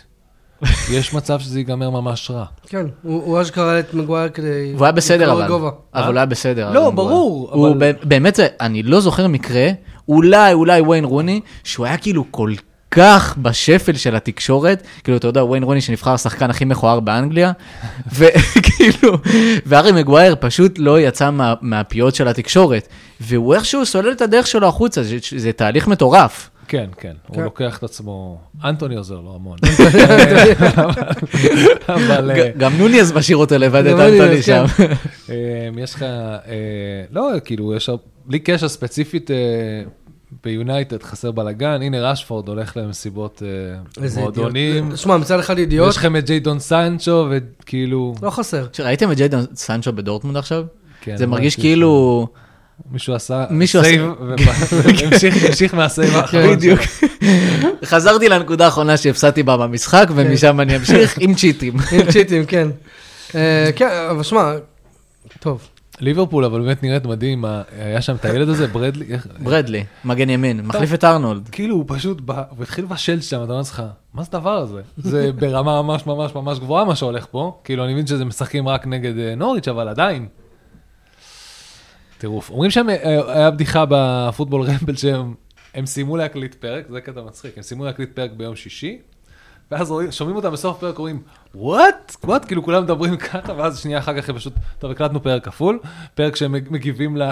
B: יש מצב שזה ייגמר ממש רע.
A: כן, הוא הוא אשכרה את מגווייר כדי...
C: והוא היה בסדר
A: לקרוא
C: אבל,
A: לגובה.
C: אבל הוא היה בסדר.
B: לא,
C: אבל
B: ברור,
C: הוא
B: אבל-
C: ב- באמת, זה- אני לא זוכר מקרה, אולי, אולי וויין רוני, שהוא היה כאילו כל כך בשפל של התקשורת, כאילו, אתה יודע, וויין רוני שנבחר השחקן הכי מכוער באנגליה, וכאילו, והארי מגווייר פשוט לא יצא מה- מהפיות של התקשורת, והוא איכשהו סולל את הדרך שלו החוצה, זה- זה תהליך מטורף.
B: כן, כן, הוא
A: כן.
B: לוקח את עצמו, אנטוני עוזר לו המון. אבל אה,
C: ג- גם נוניאז משאיר אותו לבד את
A: גם נוניאז,
C: אנטוני שם.
A: כן.
B: אה, יש לך, אה, לא, כאילו, יש, הר- בלי קשר ספציפית, אה, ביונייטד חסר בלאגן, הנה רשפורד הולך למסיבות אה,
A: איזה אידיוט.
B: מועדונים,
A: שמע, מצד אחד אידיוט,
B: יש לכם את ג'יידון סנצ'ו, וכאילו,
A: לא חסר.
C: ראיתם את ג'יידון סנצ'ו בדורטמונד עכשיו?
B: כן,
C: זה מרגיש
B: ראיתי
C: כאילו...
B: מישהו עשה
C: מישהו
B: סייב,
C: עשה-
B: והמשיך המשיך
A: כן.
B: מהסייב האחרון.
C: בדיוק. חזרתי לנקודה האחרונה שהפסדתי בה במשחק, ומשם אני אמשיך עם צ'יטים.
A: עם צ'יטים, כן. אה, כן, אבל שמע, טוב.
B: ליברפול, אבל באמת נראית מדהים, ה- היה שם את הילד הזה, ברדלי, איך-
C: ברדלי, מגן ימין, מחליף את ארנולד.
B: כאילו הוא פשוט בא, הוא התחיל לבשל שם, אתה אומר לך, מה זה הדבר הזה? זה ברמה ממש ממש ממש גבוהה מה שהולך פה, כאילו אני מבין שזה משחקים רק נגד אה, נוריץ', אבל עדיין. טירוף. אומרים שם, אה, היה בדיחה בפוטבול רמבל שהם הם סיימו להקליט פרק, זה קטע מצחיק, הם סיימו להקליט פרק ביום שישי, ואז רואים- שומעים אותם בסוף פרק, אומרים, וואט? וואט? כאילו כולם מדברים ככה, ואז שנייה אחר כך הם פשוט, טוב, הקלטנו פרק כפול, פרק שהם מגיבים ל...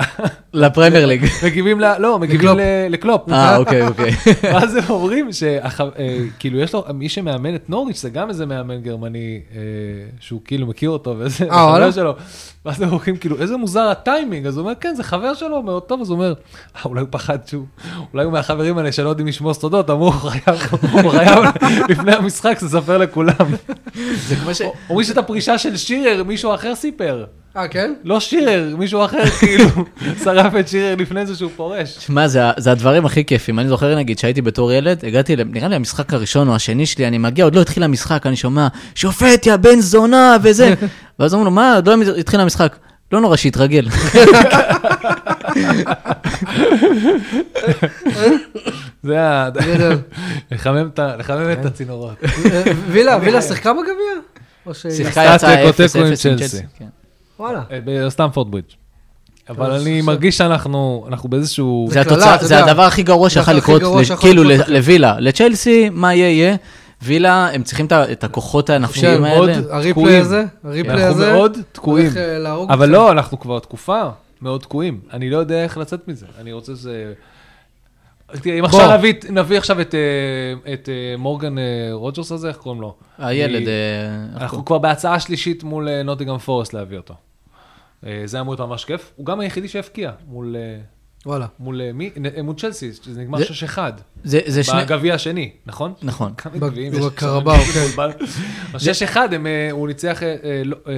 C: לפרמייר ליג.
B: מגיבים ל... לא, מגיבים
A: לקלופ.
B: ל- לקלופ.
C: אה, אוקיי, אוקיי.
B: ואז הם אומרים שכאילו יש לו, מי שמאמן את נוריץ' זה גם איזה מאמן גרמני אה, שהוא כאילו מכיר אותו וזה
A: אה, וואלה?
B: חבר שלו. ואז הם אומרים כאילו איזה מוזר הטיימינג, אז הוא אומר כן זה חבר שלו מאוד טוב, אז הוא אומר "אה, אולי הוא פחד שהוא, אולי הוא מהחברים האלה שלא יודעים לשמור סודות, אמרו הוא חייב, הוא חייב לפני המשחק לספר לכולם.
C: זה כמו ש...
B: אומרים שאת הפרישה של שירר מישהו אחר סיפר,
A: אה, כן?
B: לא שירר, מישהו אחר כאילו שרף את שירר לפני זה שהוא פורש.
C: תשמע, זה, ה- זה הדברים הכי כיפים. אני זוכר, נגיד, שהייתי בתור ילד, הגעתי, ל- נראה לי המשחק הראשון או השני שלי, אני מגיע, עוד לא התחיל המשחק, אני שומע, שופט, יא בן זונה, וזה. ואז אמרו לו, מה, עוד לא התחיל המשחק. לא נורא, שיתרגל.
B: זה ה...
A: גדול.
B: לחמם את ה- לחמם
C: כן.
B: את הצינורות.
A: אה, וילה, וילה שיחקה בגביע? או שהיא...
C: שיחקה יצאה
B: תיקו,
C: 0-0
B: תיקו עם
C: עם
B: צ'לסי.
C: צ'לסי. כן.
A: וואלה.
B: אה, בסטמפורד ברידג'. אבל
A: אז
B: אני
A: זה-
B: מרגיש שאנחנו אנחנו באיזשהו...
C: זה
A: קללה,
C: התוצאה,
A: אתה
C: זה
A: יודע.
C: הדבר הכי גרוע
A: זה
C: שיכול
A: הכי
C: לקרות,
A: גרוע
C: ל-
A: שיכול
C: כאילו
A: לקרות
C: ל- לווילה. לצ'לסי, מה יהיה יהיה. וילה, הם צריכים את ה- את הכוחות הנפשיים
A: שם,
C: האלה.
A: עוד הריפלי
B: תקועים.
A: הזה, הריפלי
B: כן. אנחנו
A: הזה,
B: מאוד תקועים.
A: הולך אה, להרוג.
B: אבל
A: אותך.
B: לא, אנחנו כבר תקופה מאוד תקועים. אני לא יודע איך לצאת מזה. אני רוצה שזה... תראה, אם עכשיו נביא את- נביא עכשיו את, אה, את אה, מורגן אה, רוג'רס הזה, איך קוראים לו?
C: הילד,
B: אה,
C: אה,
B: אנחנו כבר בהצעה שלישית מול אה, נוטיגרם פורסט להביא אותו. אה, זה אמור להיות ממש כיף. הוא גם היחידי שהבקיע מול... אה,
A: וואלה.
B: מול אה, מי? נ- מול צ'לסי, שזה נגמר
C: זה-
B: 6-1.
C: זה זה שני...
B: בגביע השני, נכון?
C: נכון.
B: כמה
A: בג-
B: גביעים יש?
A: בקרבאו, כן.
B: בשש אחד הם, אה, הוא ניצח, אה, אה, לא, אה,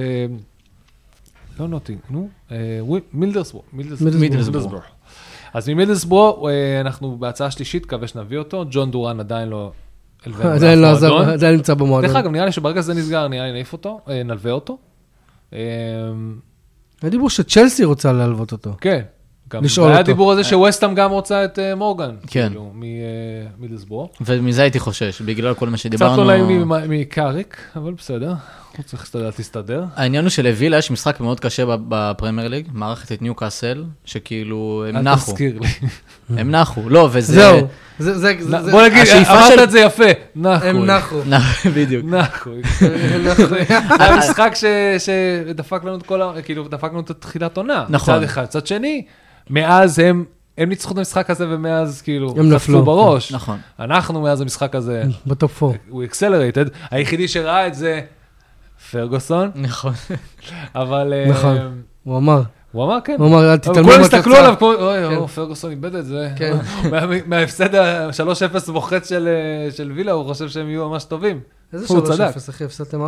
B: לא נוטינג, נו, אה, ווי- מילדרסבורג. מילדרסבורג.
A: מידלסבורג.
B: מילדרסבורג. אז ממידלסבורו, אה, אנחנו בהצעה שלישית, מקווה שנביא אותו. ג'ון דורן עדיין לא... הבאנו
A: עדיין לא
B: לאף
A: עזב,
B: מועדון.
A: עדיין לא נמצא במועדון.
B: דרך אגב, נראה לי שברגע שזה נסגר, נראה לי נעיף אותו, אה, נלווה אותו. אה,
A: היה דיבור שצ'לסי רוצה להלוות אותו.
B: כן. גם
A: לשאול
B: היה
A: אותו.
B: דיבור על זה שווסטהאם גם רוצה את אה, מורגן.
C: כן.
B: כאילו, ממידלסבורו.
C: ומזה הייתי חושש, בגלל כל מה
B: קצת
C: שדיברנו.
B: לא נעים לי מ- מקאריק, אבל בסדר. הוא צריך להסתדר, תסתדר.
C: העניין הוא שלווילה יש משחק מאוד קשה ב- בפרמייר ליג, מערכת את ניוקאסל, שכאילו הם
B: אל
C: נחו,
B: תזכיר לי.
C: הם נחו, לא, וזה...
A: זהו. זה- זה- זה-
B: לא, בוא נגיד, אה,
C: השאיפה
B: אמרת
C: של-
B: את זה יפה. נחו.
A: הם נחו.
C: נח- בדיוק.
B: נחו.
A: הם נחו.
B: זה היה משחק ש- שדפק לנו את כל ה... כאילו, דפק לנו את התחילת עונה.
C: נכון.
B: מצד אחד. מצד שני, מאז הם... הם ניצחו את המשחק הזה, ומאז כאילו,
A: הם נפלו.
B: בראש.
C: נכון.
B: אנחנו מאז המשחק הזה,
A: בטופ 4.
B: הוא אקסלרייטד. היחידי שראה את זה, פרגוסון,
C: נכון.
B: אבל... אה,
A: נכון. הוא אמר,
B: הוא אמר כן.
A: הוא אמר, אל
B: אבל
A: תתעלמו
B: כולם
A: מהתוצאה.
B: הסתכלו עליו, כמו, אוי,
A: כן.
B: אוי, פרגוסון איבד את זה.
A: כן.
B: מה- מההפסד ה-3-0 מוחץ של, אה, של וילה, הוא חושב שהם יהיו ממש טובים.
A: איזה
B: הוא צדק.
A: 3-0, אחי? הפסדתם 4-0,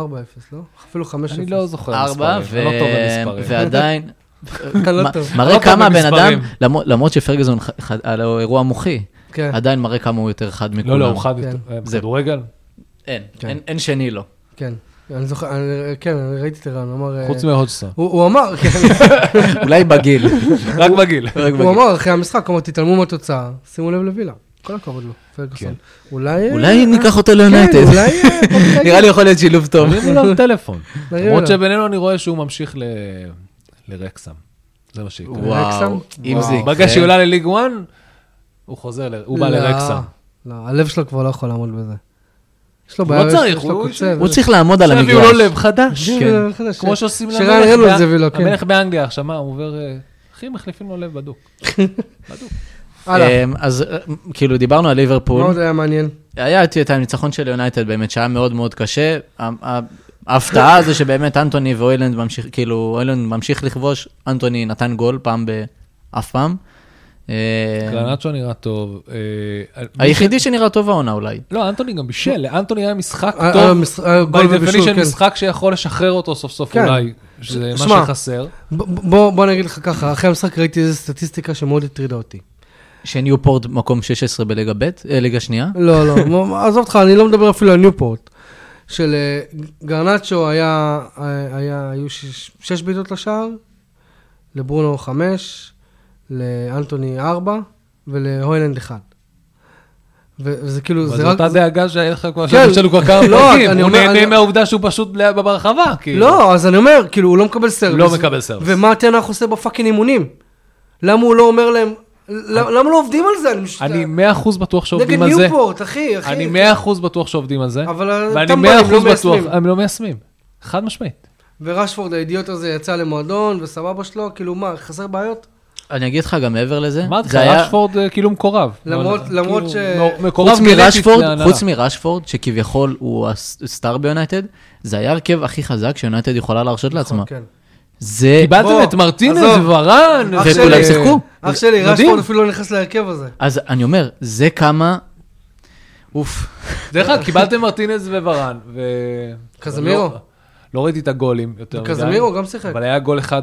A: לא? אפילו 5-0.
B: אני לא זוכר
C: ארבע,
B: מספרים,
C: ו-
B: אני לא טוב במספרים.
C: ועדיין...
A: אתה לא
C: מ-
A: טוב.
B: לא
C: מראה
B: טוב
C: כמה הבן
B: במספרים.
C: אדם, למרות- למרות שפרגזון ח- ח- היה לו אירוע מוחי,
A: כן.
C: עדיין מראה כמה הוא יותר חד מכולם.
B: לא, לא, הוא חד
A: כן.
B: יותר. אה,
C: זה-
B: בכדורגל?
C: אין,
A: כן.
C: אין- אין שני לא. לו.
A: כן, אני זוכר, אני- כן, אני ראיתי את ערן, הוא אמר... אה,
B: חוץ מהודסון.
A: הוא הוא אמר, כן,
C: אולי בגיל.
B: רק בגיל.
C: רק
A: הוא
C: בגיל.
A: אמר אחרי המשחק, הוא אמר, תתעלמו מהתוצאה, שימו לב לווילה. כל הכבוד לו,
B: כן.
A: פרגוסון. אולי...
C: אולי ניקח אותו ליונייטד.
A: כן, אולי... לא- אה, אוקיי.
C: נראה לי יכול להיות שילוב טוב.
B: תרימו לו טלפון.
A: נראה
B: למרות
A: לו.
B: שבינינו אני רואה שהוא ממשיך ל- לרקסם. זה מה שיקרה.
C: וואו,
A: רקסם?
C: אם
A: וואו.
C: זה יקרה.
B: ברגע שהיא עולה לליג 1, הוא חוזר, ל- הוא בא
A: לא,
B: לרקסם.
A: לא, הלב שלו כבר לא יכול לעמוד בזה. יש לו
B: הוא לא
A: בעיה,
B: צריך,
A: יש לו
B: הוא-
A: קוצב.
C: הוא צריך לעמוד על המגרש.
B: שיביאו לו לב חדש.
A: יש
C: כן.
A: לו חדש.
B: כמו שעושים
A: שרן רנו את זה ולא, כן.
B: המלך באנגליה עכשיו, מה, הוא עובר... אה, אחי, מחליפים לו לב בדוק.
A: הלאה,
C: אמ, אז אה, כאילו דיברנו על
A: מה
C: ליברפול,
A: עוד היה מעניין?
C: היה אותי את הניצחון של יונייטד באמת, שהיה מאוד מאוד קשה. ה- ה- ההפתעה זה שבאמת אנטוני ואוילנד ממשיך, כאילו, אוילנד ממשיך לכבוש, אנטוני נתן גול פעם ב... אף פעם. אמ,
A: כן.
B: גרנצ'ו נראה טוב. אה, מי
C: היחידי שנראה טוב העונה אולי.
B: לא, אנטוני גם בישל, לאנטוני היה משחק
A: אה, אה,
B: טוב,
A: מש- אה, גול ובישול,
B: בדפנישן
A: כן.
B: משחק שיכול לשחרר אותו סוף סוף
A: כן.
B: אולי, שזה
A: שמע,
B: מה שחסר.
A: ב- ב- בוא בוא אני אגיד לך ככה, אחרי המשחק ראיתי איזו סטטיסטיקה שמאוד הטרידה אותי.
C: שניופורט מקום 16 בליגה ב', אה, ליגה שנייה.
A: לא, לא, מ- עזוב אותך, אני לא מדבר אפילו על ניופורט. של אה, גרנצ'ו היה, אה, היה, היו שש, שש בעיטות לשער, לברונו חמש, לאנטוני ארבע, ולהוילנד אחד. ו- וזה כאילו,
B: אבל
A: זה
B: זו
A: רק...
B: אותה דאגה שהיה לך כבר
A: כן.
B: שלנו כבר כמה
A: לא,
B: פרקים,
A: אני
B: הוא
A: אומר,
B: נהנה
A: אני-
B: מהעובדה שהוא פשוט ליד- ברחבה, כאילו.
A: לא, אז אני אומר, כאילו, הוא לא מקבל סרוויס.
B: לא מקבל סרוויס.
A: ומה תנח עושה בפאקינג אימונים? למה הוא לא אומר להם, "למ- למה לא עובדים על זה? אני פשוט-
B: אני 100% בטוח
A: נגד
B: שעובדים על זה.
A: ניופורט, אחי, אחי.
B: אני 100% בטוח שעובדים על זה.
A: אבל
B: ואני
A: הטמבלים
B: 100%
A: לא
B: בטוח,
A: מיישמים.
B: הם לא מיישמים. חד משמעית.
A: ורשפורד האידיוט הזה יצא למועדון, וסבבה שלו, כאילו מה, חסר בעיות?
C: אני אגיד לך גם מעבר לזה,
B: אמרתי לך,
C: זה היה-
B: רשפורד אה, כאילו מקורב.
A: כן. למרות-
B: אבל,
A: למרות
B: כאילו,
A: ש-
B: מ- מקורב
C: חוץ
B: גנטית
C: מרשפורד,
B: להנהלה.
C: חוץ מרשפורד, שכביכול הוא הס- סטאר ביונייטד, זה היה הרכב הכי חזק שיונייטד יכולה להרשות לעצמה.
A: כן.
C: זה...
B: קיבלתם
A: בוא,
B: את מרטינז
A: עזוב.
B: וורן.
A: אח
B: ו-
A: שלי-
C: וכולם שיחקו.
A: אח שלי,
B: מדהים.
A: רשפורד אפילו לא נכנס להרכב הזה.
C: אז אני אומר, זה כמה... אוף.
B: דרך אגב, קיבלתם מרטינז וברן. ו-
A: קזמירו.
B: לא- לא ראיתי את הגולים יותר מדי.
A: וקזמירו גם שיחק.
B: אבל היה גול אחד,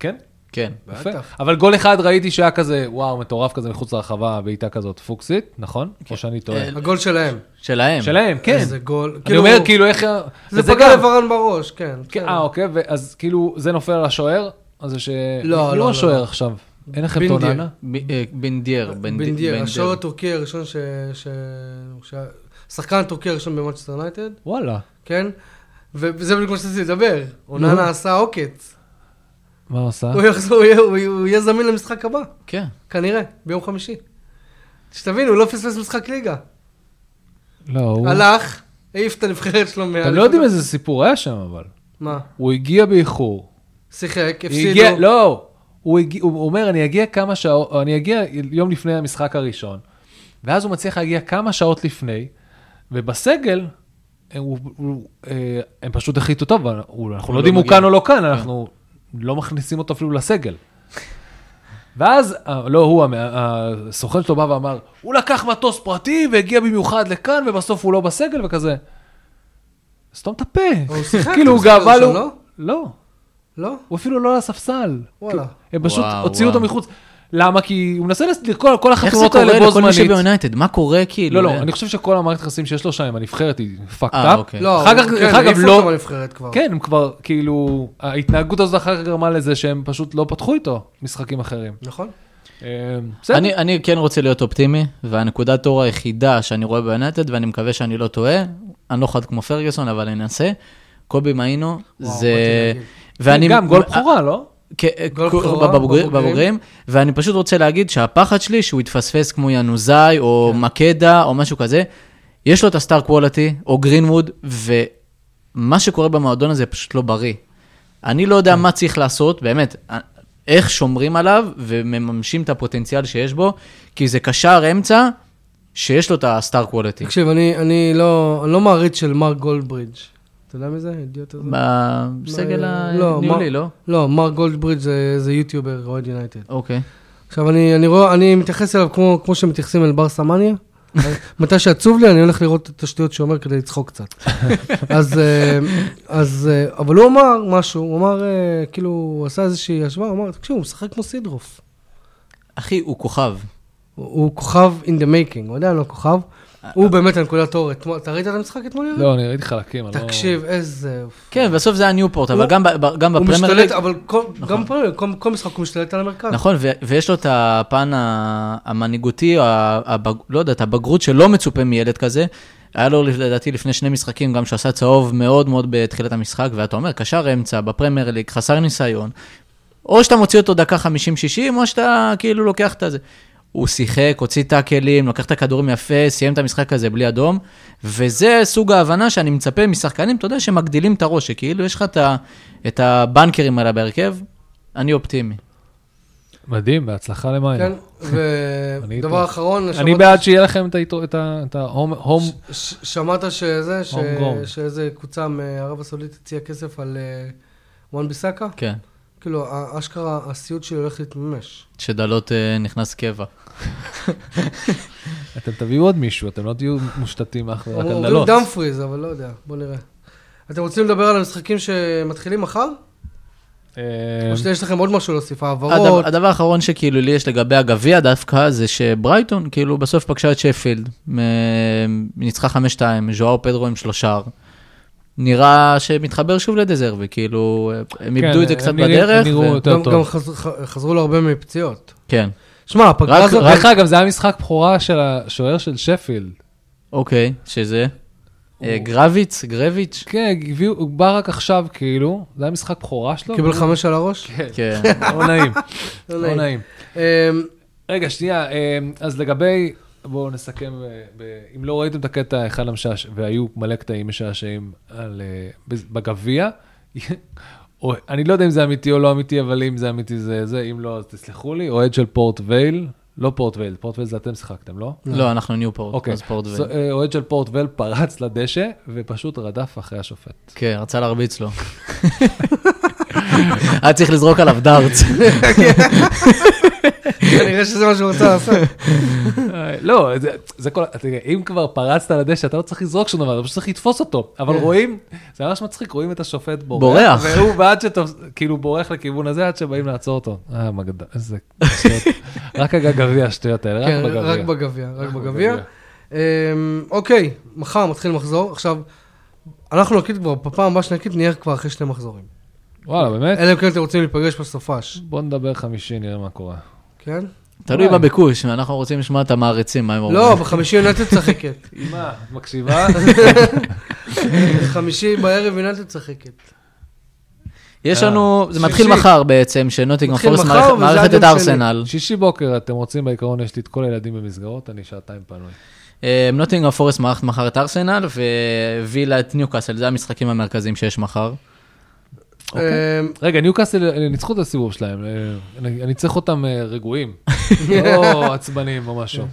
B: כן?
C: כן.
B: יפה.
A: בטח.
B: אבל גול אחד ראיתי שהיה כזה, וואו, מטורף כזה מחוץ לרחבה, בעיטה כזאת פוקסית, נכון?
A: כן.
B: או שאני טועה.
C: אה,
A: הגול שלהם.
C: שלהם.
B: שלהם, כן.
A: לא איזה גול.
B: אני אומר, כאילו, איך...
A: זה
B: וזה
A: פגע
B: גם-
A: לברן בראש, כן.
B: כן,
A: בסדר.
B: אה, אוקיי, אז כאילו, זה נופל על השוער? אז זה ש...
A: לא,
B: מי
A: לא,
B: הוא
A: לא.
B: השוער עכשיו? אין לכם את
A: בינדיה.
B: אוננה?
C: ב- אה, בנדיאר. בנד-
A: בנדיר,
C: בנדיאר.
A: השוער הטורקי הראשון ש... ש... ש... שחקן טורקי הראשון במאצ'סטר יונייטד,
B: וואלה.
A: כן? וזה בדיוק מה שרציתי לדבר. אוננה עשה עוקץ.
B: אה? מה הוא עשה?
A: הוא יחזור, הוא יהיה- הוא יהיה- הוא יהיה זמין למשחק הבא,
C: כן.
A: כנראה, ביום חמישי. שתבינו, הוא לא פספס משחק ליגה.
B: לא, הוא...
A: הלך, העיף את הנבחרת שלו מה...
B: אתם לא יודעים איזה סיפור היה שם, אבל.
A: מה?
B: הוא הגיע באיחור.
A: שיחק,
B: הוא הגיע-
A: הפסידו.
B: לא, הוא הגיע- הוא אומר, אני אגיע כמה שעות, אני אגיע יום לפני המשחק הראשון, ואז הוא מצליח להגיע כמה שעות לפני, ובסגל, הם- הוא- הוא- אה, הם פשוט החליטו, טוב, הוא- אנחנו לא
C: לא
B: יודעים אם הוא
C: מגיע."
B: כאן או לא כאן, אנחנו לא מכניסים אותו אפילו לסגל. ואז, אה, לא הוא, המא- הסוכן שלו בא ואמר, הוא לקח מטוס פרטי והגיע במיוחד לכאן, ובסוף הוא לא בסגל, וכזה. סתום את הפה.
A: הוא שיחק
B: כאילו, הוא
A: במשחק
B: גאווה
A: הראשון,
B: לו...
A: לא?
B: לא.
A: לא?
B: הוא אפילו לא על הספסל.
A: וואלה.
B: הם פשוט
C: וואו,
B: הוציאו אותו
C: וואו.
B: מחוץ. למה? כי הוא מנסה לכל, כל
C: איך זה
B: החתונות
C: קורה
B: האלה בו
C: לכל מי
B: זמנית.
C: שביונייטד? מה קורה
B: לא,
C: כאילו?
B: לא, אני חושב שכל המערכת יחסים שיש לו שם עם הנבחרת היא fucked
C: אה,
B: up.
C: אוקיי.
A: לא,
B: אחר כך-
A: הוא-
B: דרך
A: כן,
B: אגב,
A: העיפו
B: לא-
A: אותו מהנבחרת כבר.
B: כן, הם כבר, כאילו, ההתנהגות הזאת אחר כך גרמה לזה שהם פשוט לא פתחו איתו משחקים אחרים.
A: נכון.
B: אה, בסדר.
C: אני, אני כן רוצה להיות אופטימי, והנקודת אור היחידה שאני רואה ביונטד, ואני מקווה שאני לא טועה, אני לא חד כמו פרגוסון, אבל אני אנסה, קובי מאינו,
A: וואו,
C: זה...
A: באתי להגיד.
C: ואני... אה,
B: גם גול בכורה, לא?
C: כ-
A: גול
C: כ-
A: בכורה,
C: בבוגרים,
A: בבוגרים.
C: בבוגרים, ואני פשוט רוצה להגיד שהפחד שלי שהוא יתפספס כמו ינוזאי, או מקדה, או משהו כזה, יש לו את הסטאר קוולטי, או גרינווד, ומה שקורה במועדון הזה פשוט לא בריא. אני לא יודע מה צריך לעשות, באמת, איך שומרים עליו ומממשים את הפוטנציאל שיש בו, כי זה קשר אמצע שיש לו את הסטאר קוולטי.
A: תקשיב, אני- אני לא אני לא מעריץ של מרק גולדברידג'. אתה יודע מי זה? האידיוט הזה?
C: בסגל
A: לא,
C: הניהולי,
A: מה-
C: לא?
A: לא, מרק גולדברידג' זה- זה יוטיובר אוהד יונייטד.
C: אוקיי.
A: עכשיו, אני, אני, רואה, אני מתייחס אליו כמו, כמו שמתייחסים אל בר סמניה. מתי שעצוב לי, אני הולך לראות את השטויות שהוא אומר כדי לצחוק קצת. אז, אה, אז, אה, אבל הוא אמר משהו, הוא אמר, אה, כאילו, הוא עשה איזושהי השוואה, הוא אמר, תקשיב, הוא משחק כמו סידרוף.
C: אחי, הוא כוכב.
A: הוא, הוא כוכב in the making, הוא עדיין לא כוכב. הוא באמת הנקודת אור. אתמול- אתה ראית את המשחק אתמול? יריב?
B: אה, לא, אני ראיתי חלקים. אני לא-
A: תקשיב, איזה...
C: כן, בסוף זה היה ניופורט, אבל
A: הוא-
C: גם ב- ב- גם
A: הוא
C: בפרמייר
A: משתלט,
C: ליג...
A: אבל כל- גם בפרמייר ליג, כל- כל משחק הוא משתלט על המרכז.
C: נכון, ו- ויש לו את הפן ה- המנהיגותי, ה- הבג- לא יודע, את הבגרות שלא מצופה מילד כזה. היה לו לדעתי לפני שני משחקים, גם שהוא עשה צהוב מאוד מאוד בתחילת המשחק, ואתה אומר, קשר אמצע, בפרמייר ליג, חסר ניסיון. או שאתה מוציא אותו דקה 50-60, או שאתה כאילו לוקח את זה. הוא שיחק, הוציא טאקלים, לקח את הכדורים יפה, סיים את המשחק הזה בלי אדום, וזה סוג ההבנה שאני מצפה משחקנים, אתה יודע, שמגדילים את הראש, שכאילו יש לך את ה- את הבנקרים האלה בהרכב, אני אופטימי.
B: מדהים, בהצלחה
A: כן,
B: למאי. אני
A: ודבר
B: איתו.
A: אחרון,
B: אני
A: שמעת-
B: בעד שיהיה לכם את ההיתו- את ה- את ההום...
A: ש- ש- שמעת שזה, ש-
B: הום-גרום.
A: שאיזה קבוצה מערב הסעודית הציעה כסף על אה, וואן ביסאקה?
C: כן.
A: כאילו, ה- אשכרה הסיוט שלי הולך להתממש.
C: שדלות אה, נכנס קבע.
B: אתם תביאו עוד מישהו, אתם לא תהיו מושתתים אך ורק על
A: אומרים
B: דלות.
A: דאמפריז, אבל לא יודע, בוא נראה. אתם רוצים לדבר על המשחקים שמתחילים מחר?
B: אה,
A: או שיש לכם עוד משהו להוסיף? העברות?
C: הדבר, הדבר האחרון שכאילו לי יש לגבי הגביע דווקא, זה שברייטון כאילו בסוף פגשה את שפילד, מ- ניצחה 5-2, ז'ואר פדרו עם שלושה. נראה שמתחבר שוב לדזרבי, כאילו, הם
B: כן,
C: איבדו את זה
B: הם
C: קצת
B: נראים- הם
C: בדרך.
B: נראו
C: ו-
B: יותר
A: גם-
B: טוב.
A: גם חז- ח- חזרו לו הרבה מפציעות.
C: כן,
A: שמע, הפגרה
C: רק-
A: הזאת...
B: דרך אגב, זה היה משחק בכורה של השוער של שפילד.
C: אוקיי, שזה? אה, גרביץ, גרביץ'?
B: כן, הביאו- הוא בא רק עכשיו, כאילו, זה היה משחק בכורה שלו.
A: קיבל חמש על הראש?
B: כן,
C: כן.
B: לא נעים,
A: לא
B: לא
A: נעים.
B: נעים.
A: אמ,
B: רגע, שנייה, אה, אז לגבי, בואו נסכם, אה, ב- אם לא ראיתם את הקטע האחד המשעשע, והיו מלא קטעים משעשעים על, אה, בז- בגביע, או- אני לא יודע אם זה אמיתי או לא אמיתי, אבל אם זה אמיתי זה זה, אם לא, אז תסלחו לי, אוהד של פורט וייל, לא פורט וייל, פורט וייל זה אתם שיחקתם, לא?
C: לא, אנחנו ניופורט,
B: אוקיי,
C: אז פורט
B: אז, אה, אוהד של פורט וייל פרץ לדשא ופשוט רדף אחרי השופט.
C: כן, רצה להרביץ לו. היה צריך לזרוק עליו דארץ.
A: כנראה שזה מה שהוא רוצה לעשות.
B: אה, לא, זה- זה כל, ה- תראה, אם כבר פרצת לדשא, אתה לא צריך לזרוק שום דבר, אתה פשוט צריך לתפוס אותו. אבל רואים, זה ממש מצחיק, רואים את השופט כן. בורח.
C: בורח.
B: והוא בעד שאתה, כאילו, בורח לכיוון הזה עד שבאים לעצור אותו. אה, מגדל, איזה שטויות. רק הגביע, השטויות האלה,
A: כן,
B: רק בגביע.
A: רק בגביע, רק
B: בגביע.
A: בגביע. אמ, אוקיי, מחר מתחיל מחזור. עכשיו, אנחנו נקליט כבר, בפעם הבאה שנקליט נהיה כבר אחרי שני מחזורים.
B: וואלה, באמת?
A: אלא אם כן אתם רוצים להיפגש בסופש,
B: בוא נדבר חמישי, נראה מה קורה.
A: כן?
C: תלוי
B: וואי.
C: בביקוש, אנחנו רוצים לשמוע את המעריצים, מה הם אומרים.
A: לא, בחמישי יונתן צחקת.
B: אמא, את מקשיבה?
A: חמישי בערב יונתן צחקת.
C: יש
B: אה,
C: לנו, זה
B: שישי.
C: מתחיל מחר בעצם, שנוטינגרם
A: מתחיל
C: פורס
A: מחר,
C: מארח-
A: וזה עד
C: מארחת
A: יום
C: את
A: שני.
C: ארסנל.
B: שישי בוקר, אתם רוצים, בעיקרון יש לי את כל הילדים במסגרות, אני שעתיים פנוי.
C: אה, נוטינגרם פורס מארחת מחר את ארסנל, ווילה את ניוקאסל, זה המשחקים המרכזיים שיש מחר.
A: אמ,
B: רגע, ניוקאסל אה, ניצחו את הסיבוב שלהם, אה, אני אני צריך אותם אה, רגועים,
A: אמ,
B: לא עצבניים או משהו.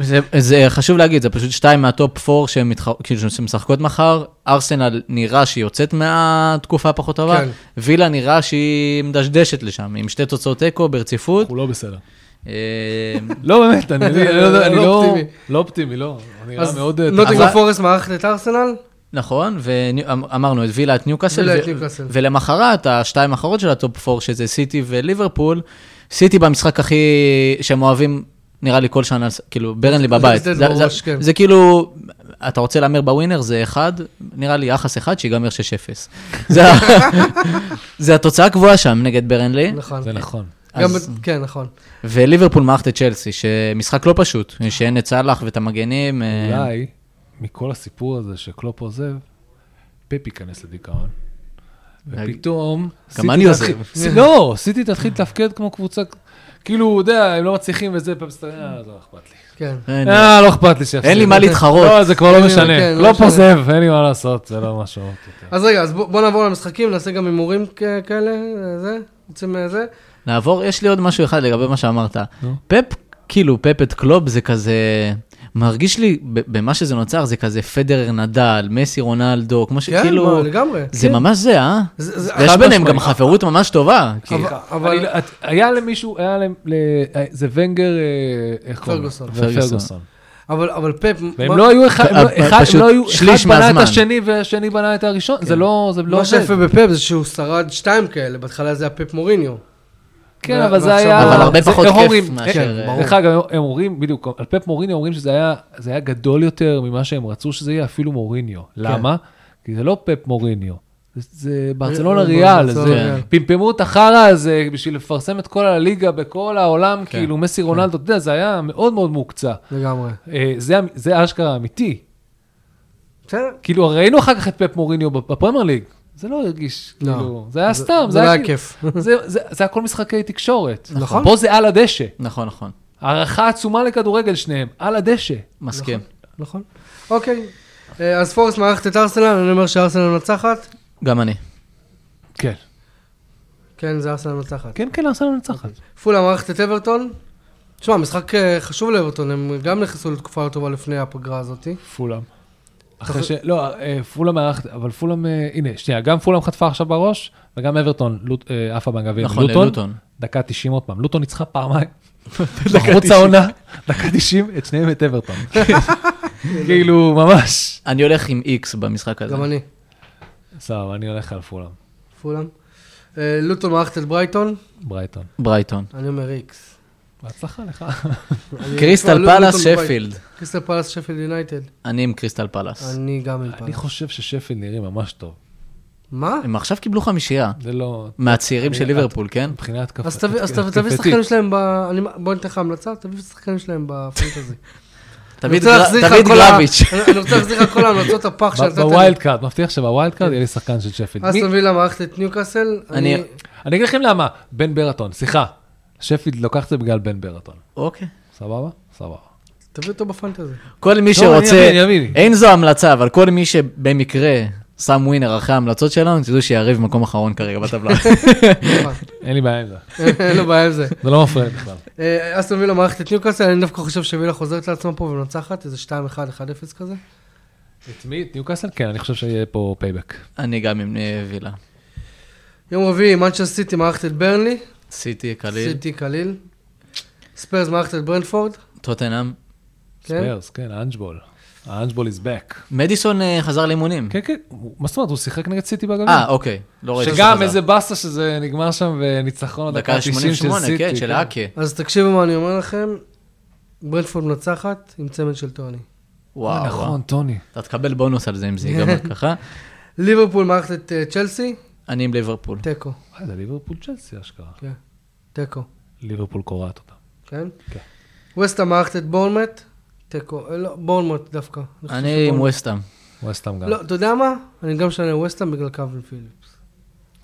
C: זה- זה חשוב להגיד, זה פשוט שתיים מהטופ 4 שהן מתח- כאילו שמשחקות מחר. ארסנל נראה שהיא יוצאת מהתקופה הפחות טובה,
A: כן.
C: וילה נראה שהיא מדשדשת לשם, עם שתי תוצאות תיקו ברציפות.
B: אנחנו לא בסדר.
C: אה,
B: לא, באמת, אני אני- אני לא יודע, אני
A: לא
B: לא
A: אופטימי.
B: לא אופטימי, לא. הוא נראה
A: אז
B: מאוד... אה,
A: נוטינגרם
C: אבל-
A: כן. פורסט מארחת את ארסנל?
C: נכון, ואמרנו את וילה את ניוקאסל,
A: וילה
C: ו-
A: את ניוקאסל.
C: ולמחרת השתיים האחרות של הטופ 4, שזה סיטי וליברפול, סיטי במשחק הכי... שהם אוהבים, נראה לי כל שנה, כאילו, ברנלי בבית.
A: זה-
C: זה,
A: זה
C: זה,
A: ממש,
C: זה,
A: כן.
C: זה כאילו, אתה רוצה להמר בווינר, זה אחד, נראה לי יחס אחד שיגמר 6-0. זה, ה- זה התוצאה הקבועה שם נגד ברנלי.
A: נכון.
B: זה נכון.
A: גם
C: אז-
A: ב- כן, נכון.
C: וליברפול מערכת את צ'לסי, שמשחק לא פשוט, שאין את סאלח ואת המגנים. אה,
B: אולי, מכל הסיפור הזה שקלופ עוזב, פפ ייכנס לדיכאון. ופתאום, סיטי
C: אני עוזב.
B: תתחיל- סי- לא, סיטי תתחיל לתפקד כמו קבוצה, כאילו, הוא יודע, הם לא מצליחים וזה, פפ סטרן, אה, לא אכפת לי.
A: כן.
C: אין-
B: אה, לא אכפת לי שיפסיד.
C: אין לי מה להתחרות.
B: לא, זה כבר לא
A: כן,
B: משנה.
A: כן,
B: לא
A: לא משנה.
B: פוזב, אין לי מה לעשות, זה לא משהו.
A: אז רגע, אז בוא בוא נעבור למשחקים, נעשה גם הימורים כ- כאלה, זה, רוצים אה, זה.
C: נעבור, יש לי עוד משהו אחד לגבי מה שאמרת.
B: נו.
C: פפ, כאילו, פפ את קלוב זה כזה... מרגיש לי, ב- במה שזה נוצר, זה כזה פדרר נדל, מסי רונלדו, כמו
A: כן,
C: שכאילו...
A: מה, לגמרי.
C: זה
A: כן.
C: ממש זה, אה?
A: זה- זה-
C: יש
B: חד
C: ביניהם גם
B: משמעית.
C: חברות ממש טובה. כי-
A: אבל-
B: אבל...
A: אבל
B: היה למישהו, היה להם, ל- זה ונגר, אה, איך קוראים לו?
A: פרגוסון.
B: פרגוסון.
A: אבל- אבל פפ...
B: והם
A: מה-
B: לא היו אחד,
C: פ-
B: לא-
C: פ-
B: אחד
C: פשוט
B: לא היו,
C: שליש
B: אחד בנה את
C: מהזמן.
B: השני והשני בנה את הראשון, זה לא, זה לא
A: מה
B: עובד.
A: שיפה בפפ זה שהוא שרד שתיים כאלה, בהתחלה זה היה פפ מוריניו.
B: כן,
A: ו-
B: אבל זה
A: ועכשיו-
B: היה...
C: אבל הרבה
B: זה-
C: פחות
B: איך
C: כיף
B: אומרים?
C: מאשר,
B: אה,
A: כן, ברור.
B: דרך אגב, הם אומרים, בדיוק, על פפ מוריניו אומרים שזה היה- זה היה גדול יותר ממה שהם רצו שזה יהיה אפילו מוריניו.
C: כן.
B: למה? כי זה לא פפ מוריניו. זה- זה ברצלונה
A: אה,
B: ריאל,
A: ברצלונה
B: זה
A: ריאל.
B: פמפמו את החרא הזה בשביל לפרסם את כל הליגה בכל העולם,
C: כן.
B: כאילו מסי רונלדו, אתה יודע, זה היה מאוד מאוד מוקצה.
A: לגמרי.
B: אה, זה- זה אשכרה אמיתי.
A: בסדר.
B: כאילו, ראינו אחר כך את פפ מוריניו בפרמייר ליג. זה לא הרגיש,
A: לא.
B: כאילו, זה היה סתם,
A: זה לא היה
B: כאילו-
A: כיף.
B: זה- זה זה הכל משחקי תקשורת.
A: נכון.
B: פה זה על הדשא.
C: נכון, נכון.
B: הערכה עצומה לכדורגל שניהם, על הדשא.
C: מסכים.
A: נכון. אוקיי. אה, אז פורס מערכת את ארסנל, אני אומר שארסנל מנצחת.
C: גם אני.
B: כן.
A: כן, זה ארסנל מנצחת.
B: כן, כן, ארסנל מנצחת.
A: פולה מערכת את אברטון. תשמע, משחק אה, חשוב לאברטון, הם גם נכנסו לתקופה לא טובה לפני הפגרה הזאתי.
B: פולאם. אחרי ש... לא, אה, פולאם מארחת, אבל פולאם... אה, הנה, שנייה, גם פולאם חטפה עכשיו בראש, וגם אברטון לוט- אה, עפה בגביע.
C: נכון, ללוטון.
B: דקה 90 עוד פעם. לוטון ניצחה פעמיים. בחוץ העונה, דקה 90, את שניהם את אברטון. כאילו, ממש.
C: אני הולך עם איקס במשחק הזה.
A: גם אני,
B: סבבה, אני הולך על פולאם.
A: פולאם. אה, לוטון מערכת את ברייטון,
B: ברייטון.
C: ברייטון.
A: אני אומר איקס.
B: בהצלחה לך.
A: אני-
C: קריסטל
A: תשמע,
C: פלאס,
A: לוטון בבית.
C: שפילד.
A: קריסטל פלאס, שפילד יונייטד.
C: אני עם קריסטל פלאס.
A: אני גם עם
B: אני
A: פלאס.
B: חושב ששפילד נראים ממש טוב.
A: מה?
C: הם עכשיו קיבלו חמישייה.
B: זה לא...
C: מהצעירים
B: אני-
C: של ליברפול, כן?
B: מבחינה התקפה-
A: אז תביא- אז תביא- תביא
B: התקפתית.
A: שחקנים שלהם ב... אני- בוא ניתן לך המלצה, תביא שחקנים שלהם בפנטזי.
C: תביא את
A: אני רוצה
C: גר-
A: להחזיר לך
C: תביא את
A: כל ה-
C: גלביץ'.
A: אני- אני רוצה להחזיר לך כל ההמלצות הפח
B: ב-
A: שנתת לי.
B: בווילד קארד, מבטיח שבווילד קארד יהיה לי שחקן של שפילד. מי-
A: אסטון וילה מערכת את ניוקאסל.
C: אני-
A: אני-
B: אני אגיד לכם למה, בן ברטון, סליחה, שפילד לוקח את זה בגלל בן ברטון.
C: אוקיי.
B: סבבה? סבבה.
A: תביא אותו בפנטזי.
C: כל מי
B: לא, אני
C: שרוצה,
B: אבין, אני אבין.
C: אין זו המלצה, אבל כל מי שבמקרה שם ווינר אחרי ההמלצות שלנו, תדעו שיריב מקום אחרון כרגע בטבלה.
B: אין לי בעיה עם זה.
A: נכון. אין לו בעיה עם זה.
B: זה לא מפריע לי בכלל.
A: אה, אסטון וילה מערכת את ניוקאסל, אני דווקא חושב שווילה חוזרת לעצמה פה ומנצחת, איזה 2-1, 1-0 כזה.
B: את מי? את ניוקאסל? כן, אני חושב שיהיה פה פייבק.
C: אני גם עם אה, וילה.
A: יום רביעי, מנצ'סטר סיטי מערכת את ברנלי.
C: סיטי, קליל,
A: סיטי קליל. ספיירס מערכת את ברנפורד.
C: טוטנאם.
A: כן? Mm.
B: ספיירס, כן, האנג'בול. האנג'בול is back.
C: מדיסון אה, חזר לאימונים.
B: כן, כן, הוא- מה זאת אומרת, הוא שיחק נגד סיטי בגביע.
C: אה, אוקיי. לא ראיתי
B: שגם
C: שחזר.
B: איזה באסה שזה נגמר שם וניצחון עד
C: דקה
B: דקה 90 של
C: 88,
B: סיטי.
C: כן, של האקה.
A: אז תקשיבו מה אני אומר לכם, ברנפורד מנצחת עם צמד של טוני.
C: וואו. וואו.
B: נכון, טוני.
C: אתה תקבל בונוס על זה אם זה ייגמר ככה.
A: ליברפול מערכת את אה, צ'לסי,
C: אני עם ליברפול.
A: תיקו.
B: וואי, זה ליברפול צ'לסי אשכרה.
A: כן, תיקו,
B: ליברפול קורעת אותם.
A: כן?
B: כן.
A: ווסטה מערכת את בורנמט, תיקו, אה, לא, בורנמוט דווקא. חושב
C: אני עם
A: שבורנמוט-
C: ווסטאם.
B: ווסטאם גם.
A: לא, אתה יודע מה? אני גם שונה ווסטה בגלל קלווין פיליפס.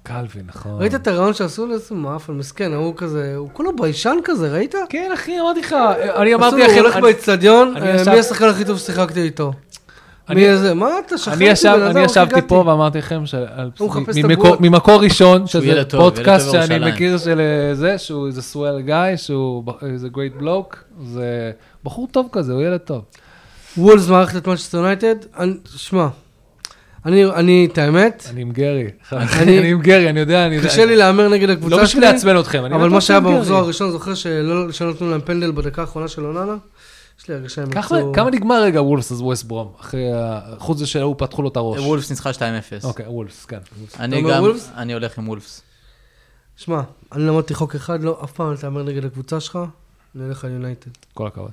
B: קלווין, נכון.
A: ראית את הרעיון שעשו לזה? מעפן, מסכן, ההוא כזה, הוא כולו ביישן כזה, ראית?
B: כן, אחי, אמרתי לך,
A: אמרתי
B: אני אמרתי
A: לכם, הוא
B: לכם,
A: הולך
B: אני-
A: באצטדיון,
B: אני
A: אה,
B: ישב-
A: מי השחקן הכי טוב ששיחקתי איתו?
B: אני-
A: מי איזה? מה אתה שכחתי?
B: אני ישב-
A: בן אדם,
B: אני
A: איך
B: ישבתי
A: כאילו, הגעתי?
B: פה ואמרתי לכם, שעל-
A: הוא מחפש את
B: ממקור-
A: הבועות.
B: ממקור ראשון, שזה
C: ילד טוב, ילד
B: פודקאסט
C: טוב
B: שאני
C: ירושלים.
B: מכיר של אה, זה, שהוא איזה סוואל גיא, שהוא ב- איזה גרייט בלוק, זה בחור טוב כזה, הוא ילד טוב.
A: וולס מערכת את מנצ'סטר יונייטד, אני- שמע, אני, אני, את האמת,
B: אני עם גרי,
A: אני-
B: אני עם גרי, אני יודע, אני יודע.
A: קשה לי להמר נגד הקבוצה
B: לא
A: שלי.
B: בשביל לעצבן אתכם, אני
A: אבל
B: באמת
A: מה שהיה
B: עם גרי.
A: במחזור הראשון, זוכר שלא שלא נתנו להם פנדל בדקה האחרונה של אוננה? יש לי הרגשה הם
B: ככה-
A: יצאו...
B: כמה נגמר רגע וולפס אז ווסט ברום, אחרי, ה- חוץ זה שההוא פתחו לו את הראש.
C: וולפס ניצחה 2-0.
A: אה.
B: אוקיי, וולפס, כן.
C: אני
A: אתה אומר
C: גם,
A: וולפס?
C: אני הולך עם וולפס.
A: שמע, אני למדתי חוק אחד, לא, אף פעם אל תהמר נגד הקבוצה שלך, נלך על יונייטד.
B: כל הכבוד.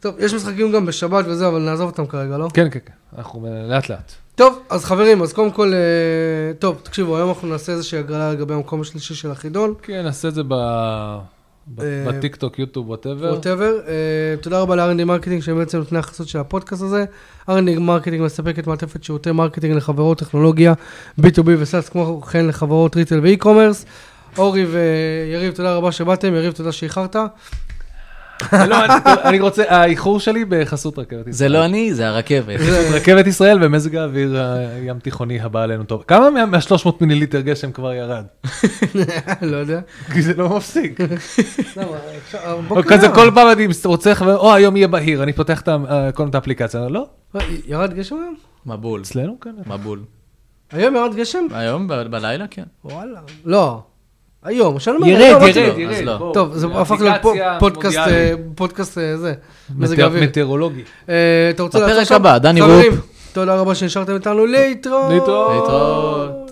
A: טוב, יש משחקים גם בשבת וזה, אבל נעזוב אותם כרגע, לא?
B: כן, כן, כן, אנחנו לאט לאט.
A: טוב, אז חברים, אז קודם כל, אה, טוב, תקשיבו, היום אנחנו נעשה איזושהי הגרלה לגבי המקום השלישי של החידון,
B: כן, נעשה את זה ב... ב-
A: אה,
B: בטיקטוק, יוטיוב, ווטאבר.
A: ווטאבר. אה, תודה רבה ל-R&D מרקטינג, שהם בעצם נותני החסות של הפודקאסט הזה. R&D מרקטינג מספקת מעטפת שירותי מרקטינג לחברות טכנולוגיה, B2B וסאס, כמו כן לחברות ריטל ואי-קומרס. אורי ויריב, תודה רבה שבאתם, יריב, תודה שאיחרת.
B: לא, אני- אני רוצה, האיחור שלי בחסות רכבת ישראל.
D: זה לא אני, זה הרכבת.
B: רכבת ישראל ומזג האוויר הים תיכוני הבא עלינו טוב. כמה מה- מה-300 מיליליטר גשם כבר ירד?
A: לא יודע.
B: כי זה לא מפסיק.
A: למה? אפשר- הבוקר
B: או כזה
A: היה.
B: כל פעם אני רוצה, או היום יהיה בהיר, אני פותח את ה- אה, כל מיני האפליקציה. לא,
A: אה, ירד גשם היום?
D: מבול,
B: אצלנו כן.
D: מבול.
A: היום ירד גשם?
D: היום ב- בלילה, כן.
A: וואלה. לא. היום, שאני אומר,
B: ירד,
A: היום, לא
B: ירד,
A: יודע.
D: אז
B: ירד.
D: לא.
B: בואו.
A: טוב, זה הפך
B: אפליקציה
A: לפודקאסט,
B: מונדיאלית.
A: פודקאסט אה, זה, מזג
B: מטא-
A: אוויר.
B: מטאורולוגי.
A: אה, אתה רוצה
D: בפרק
A: לעצור שם?
D: הבא, דני
A: חברים,
D: רופ.
A: תודה רבה שנשארתם איתנו, להתראות.
B: להתראות.
D: להתראות.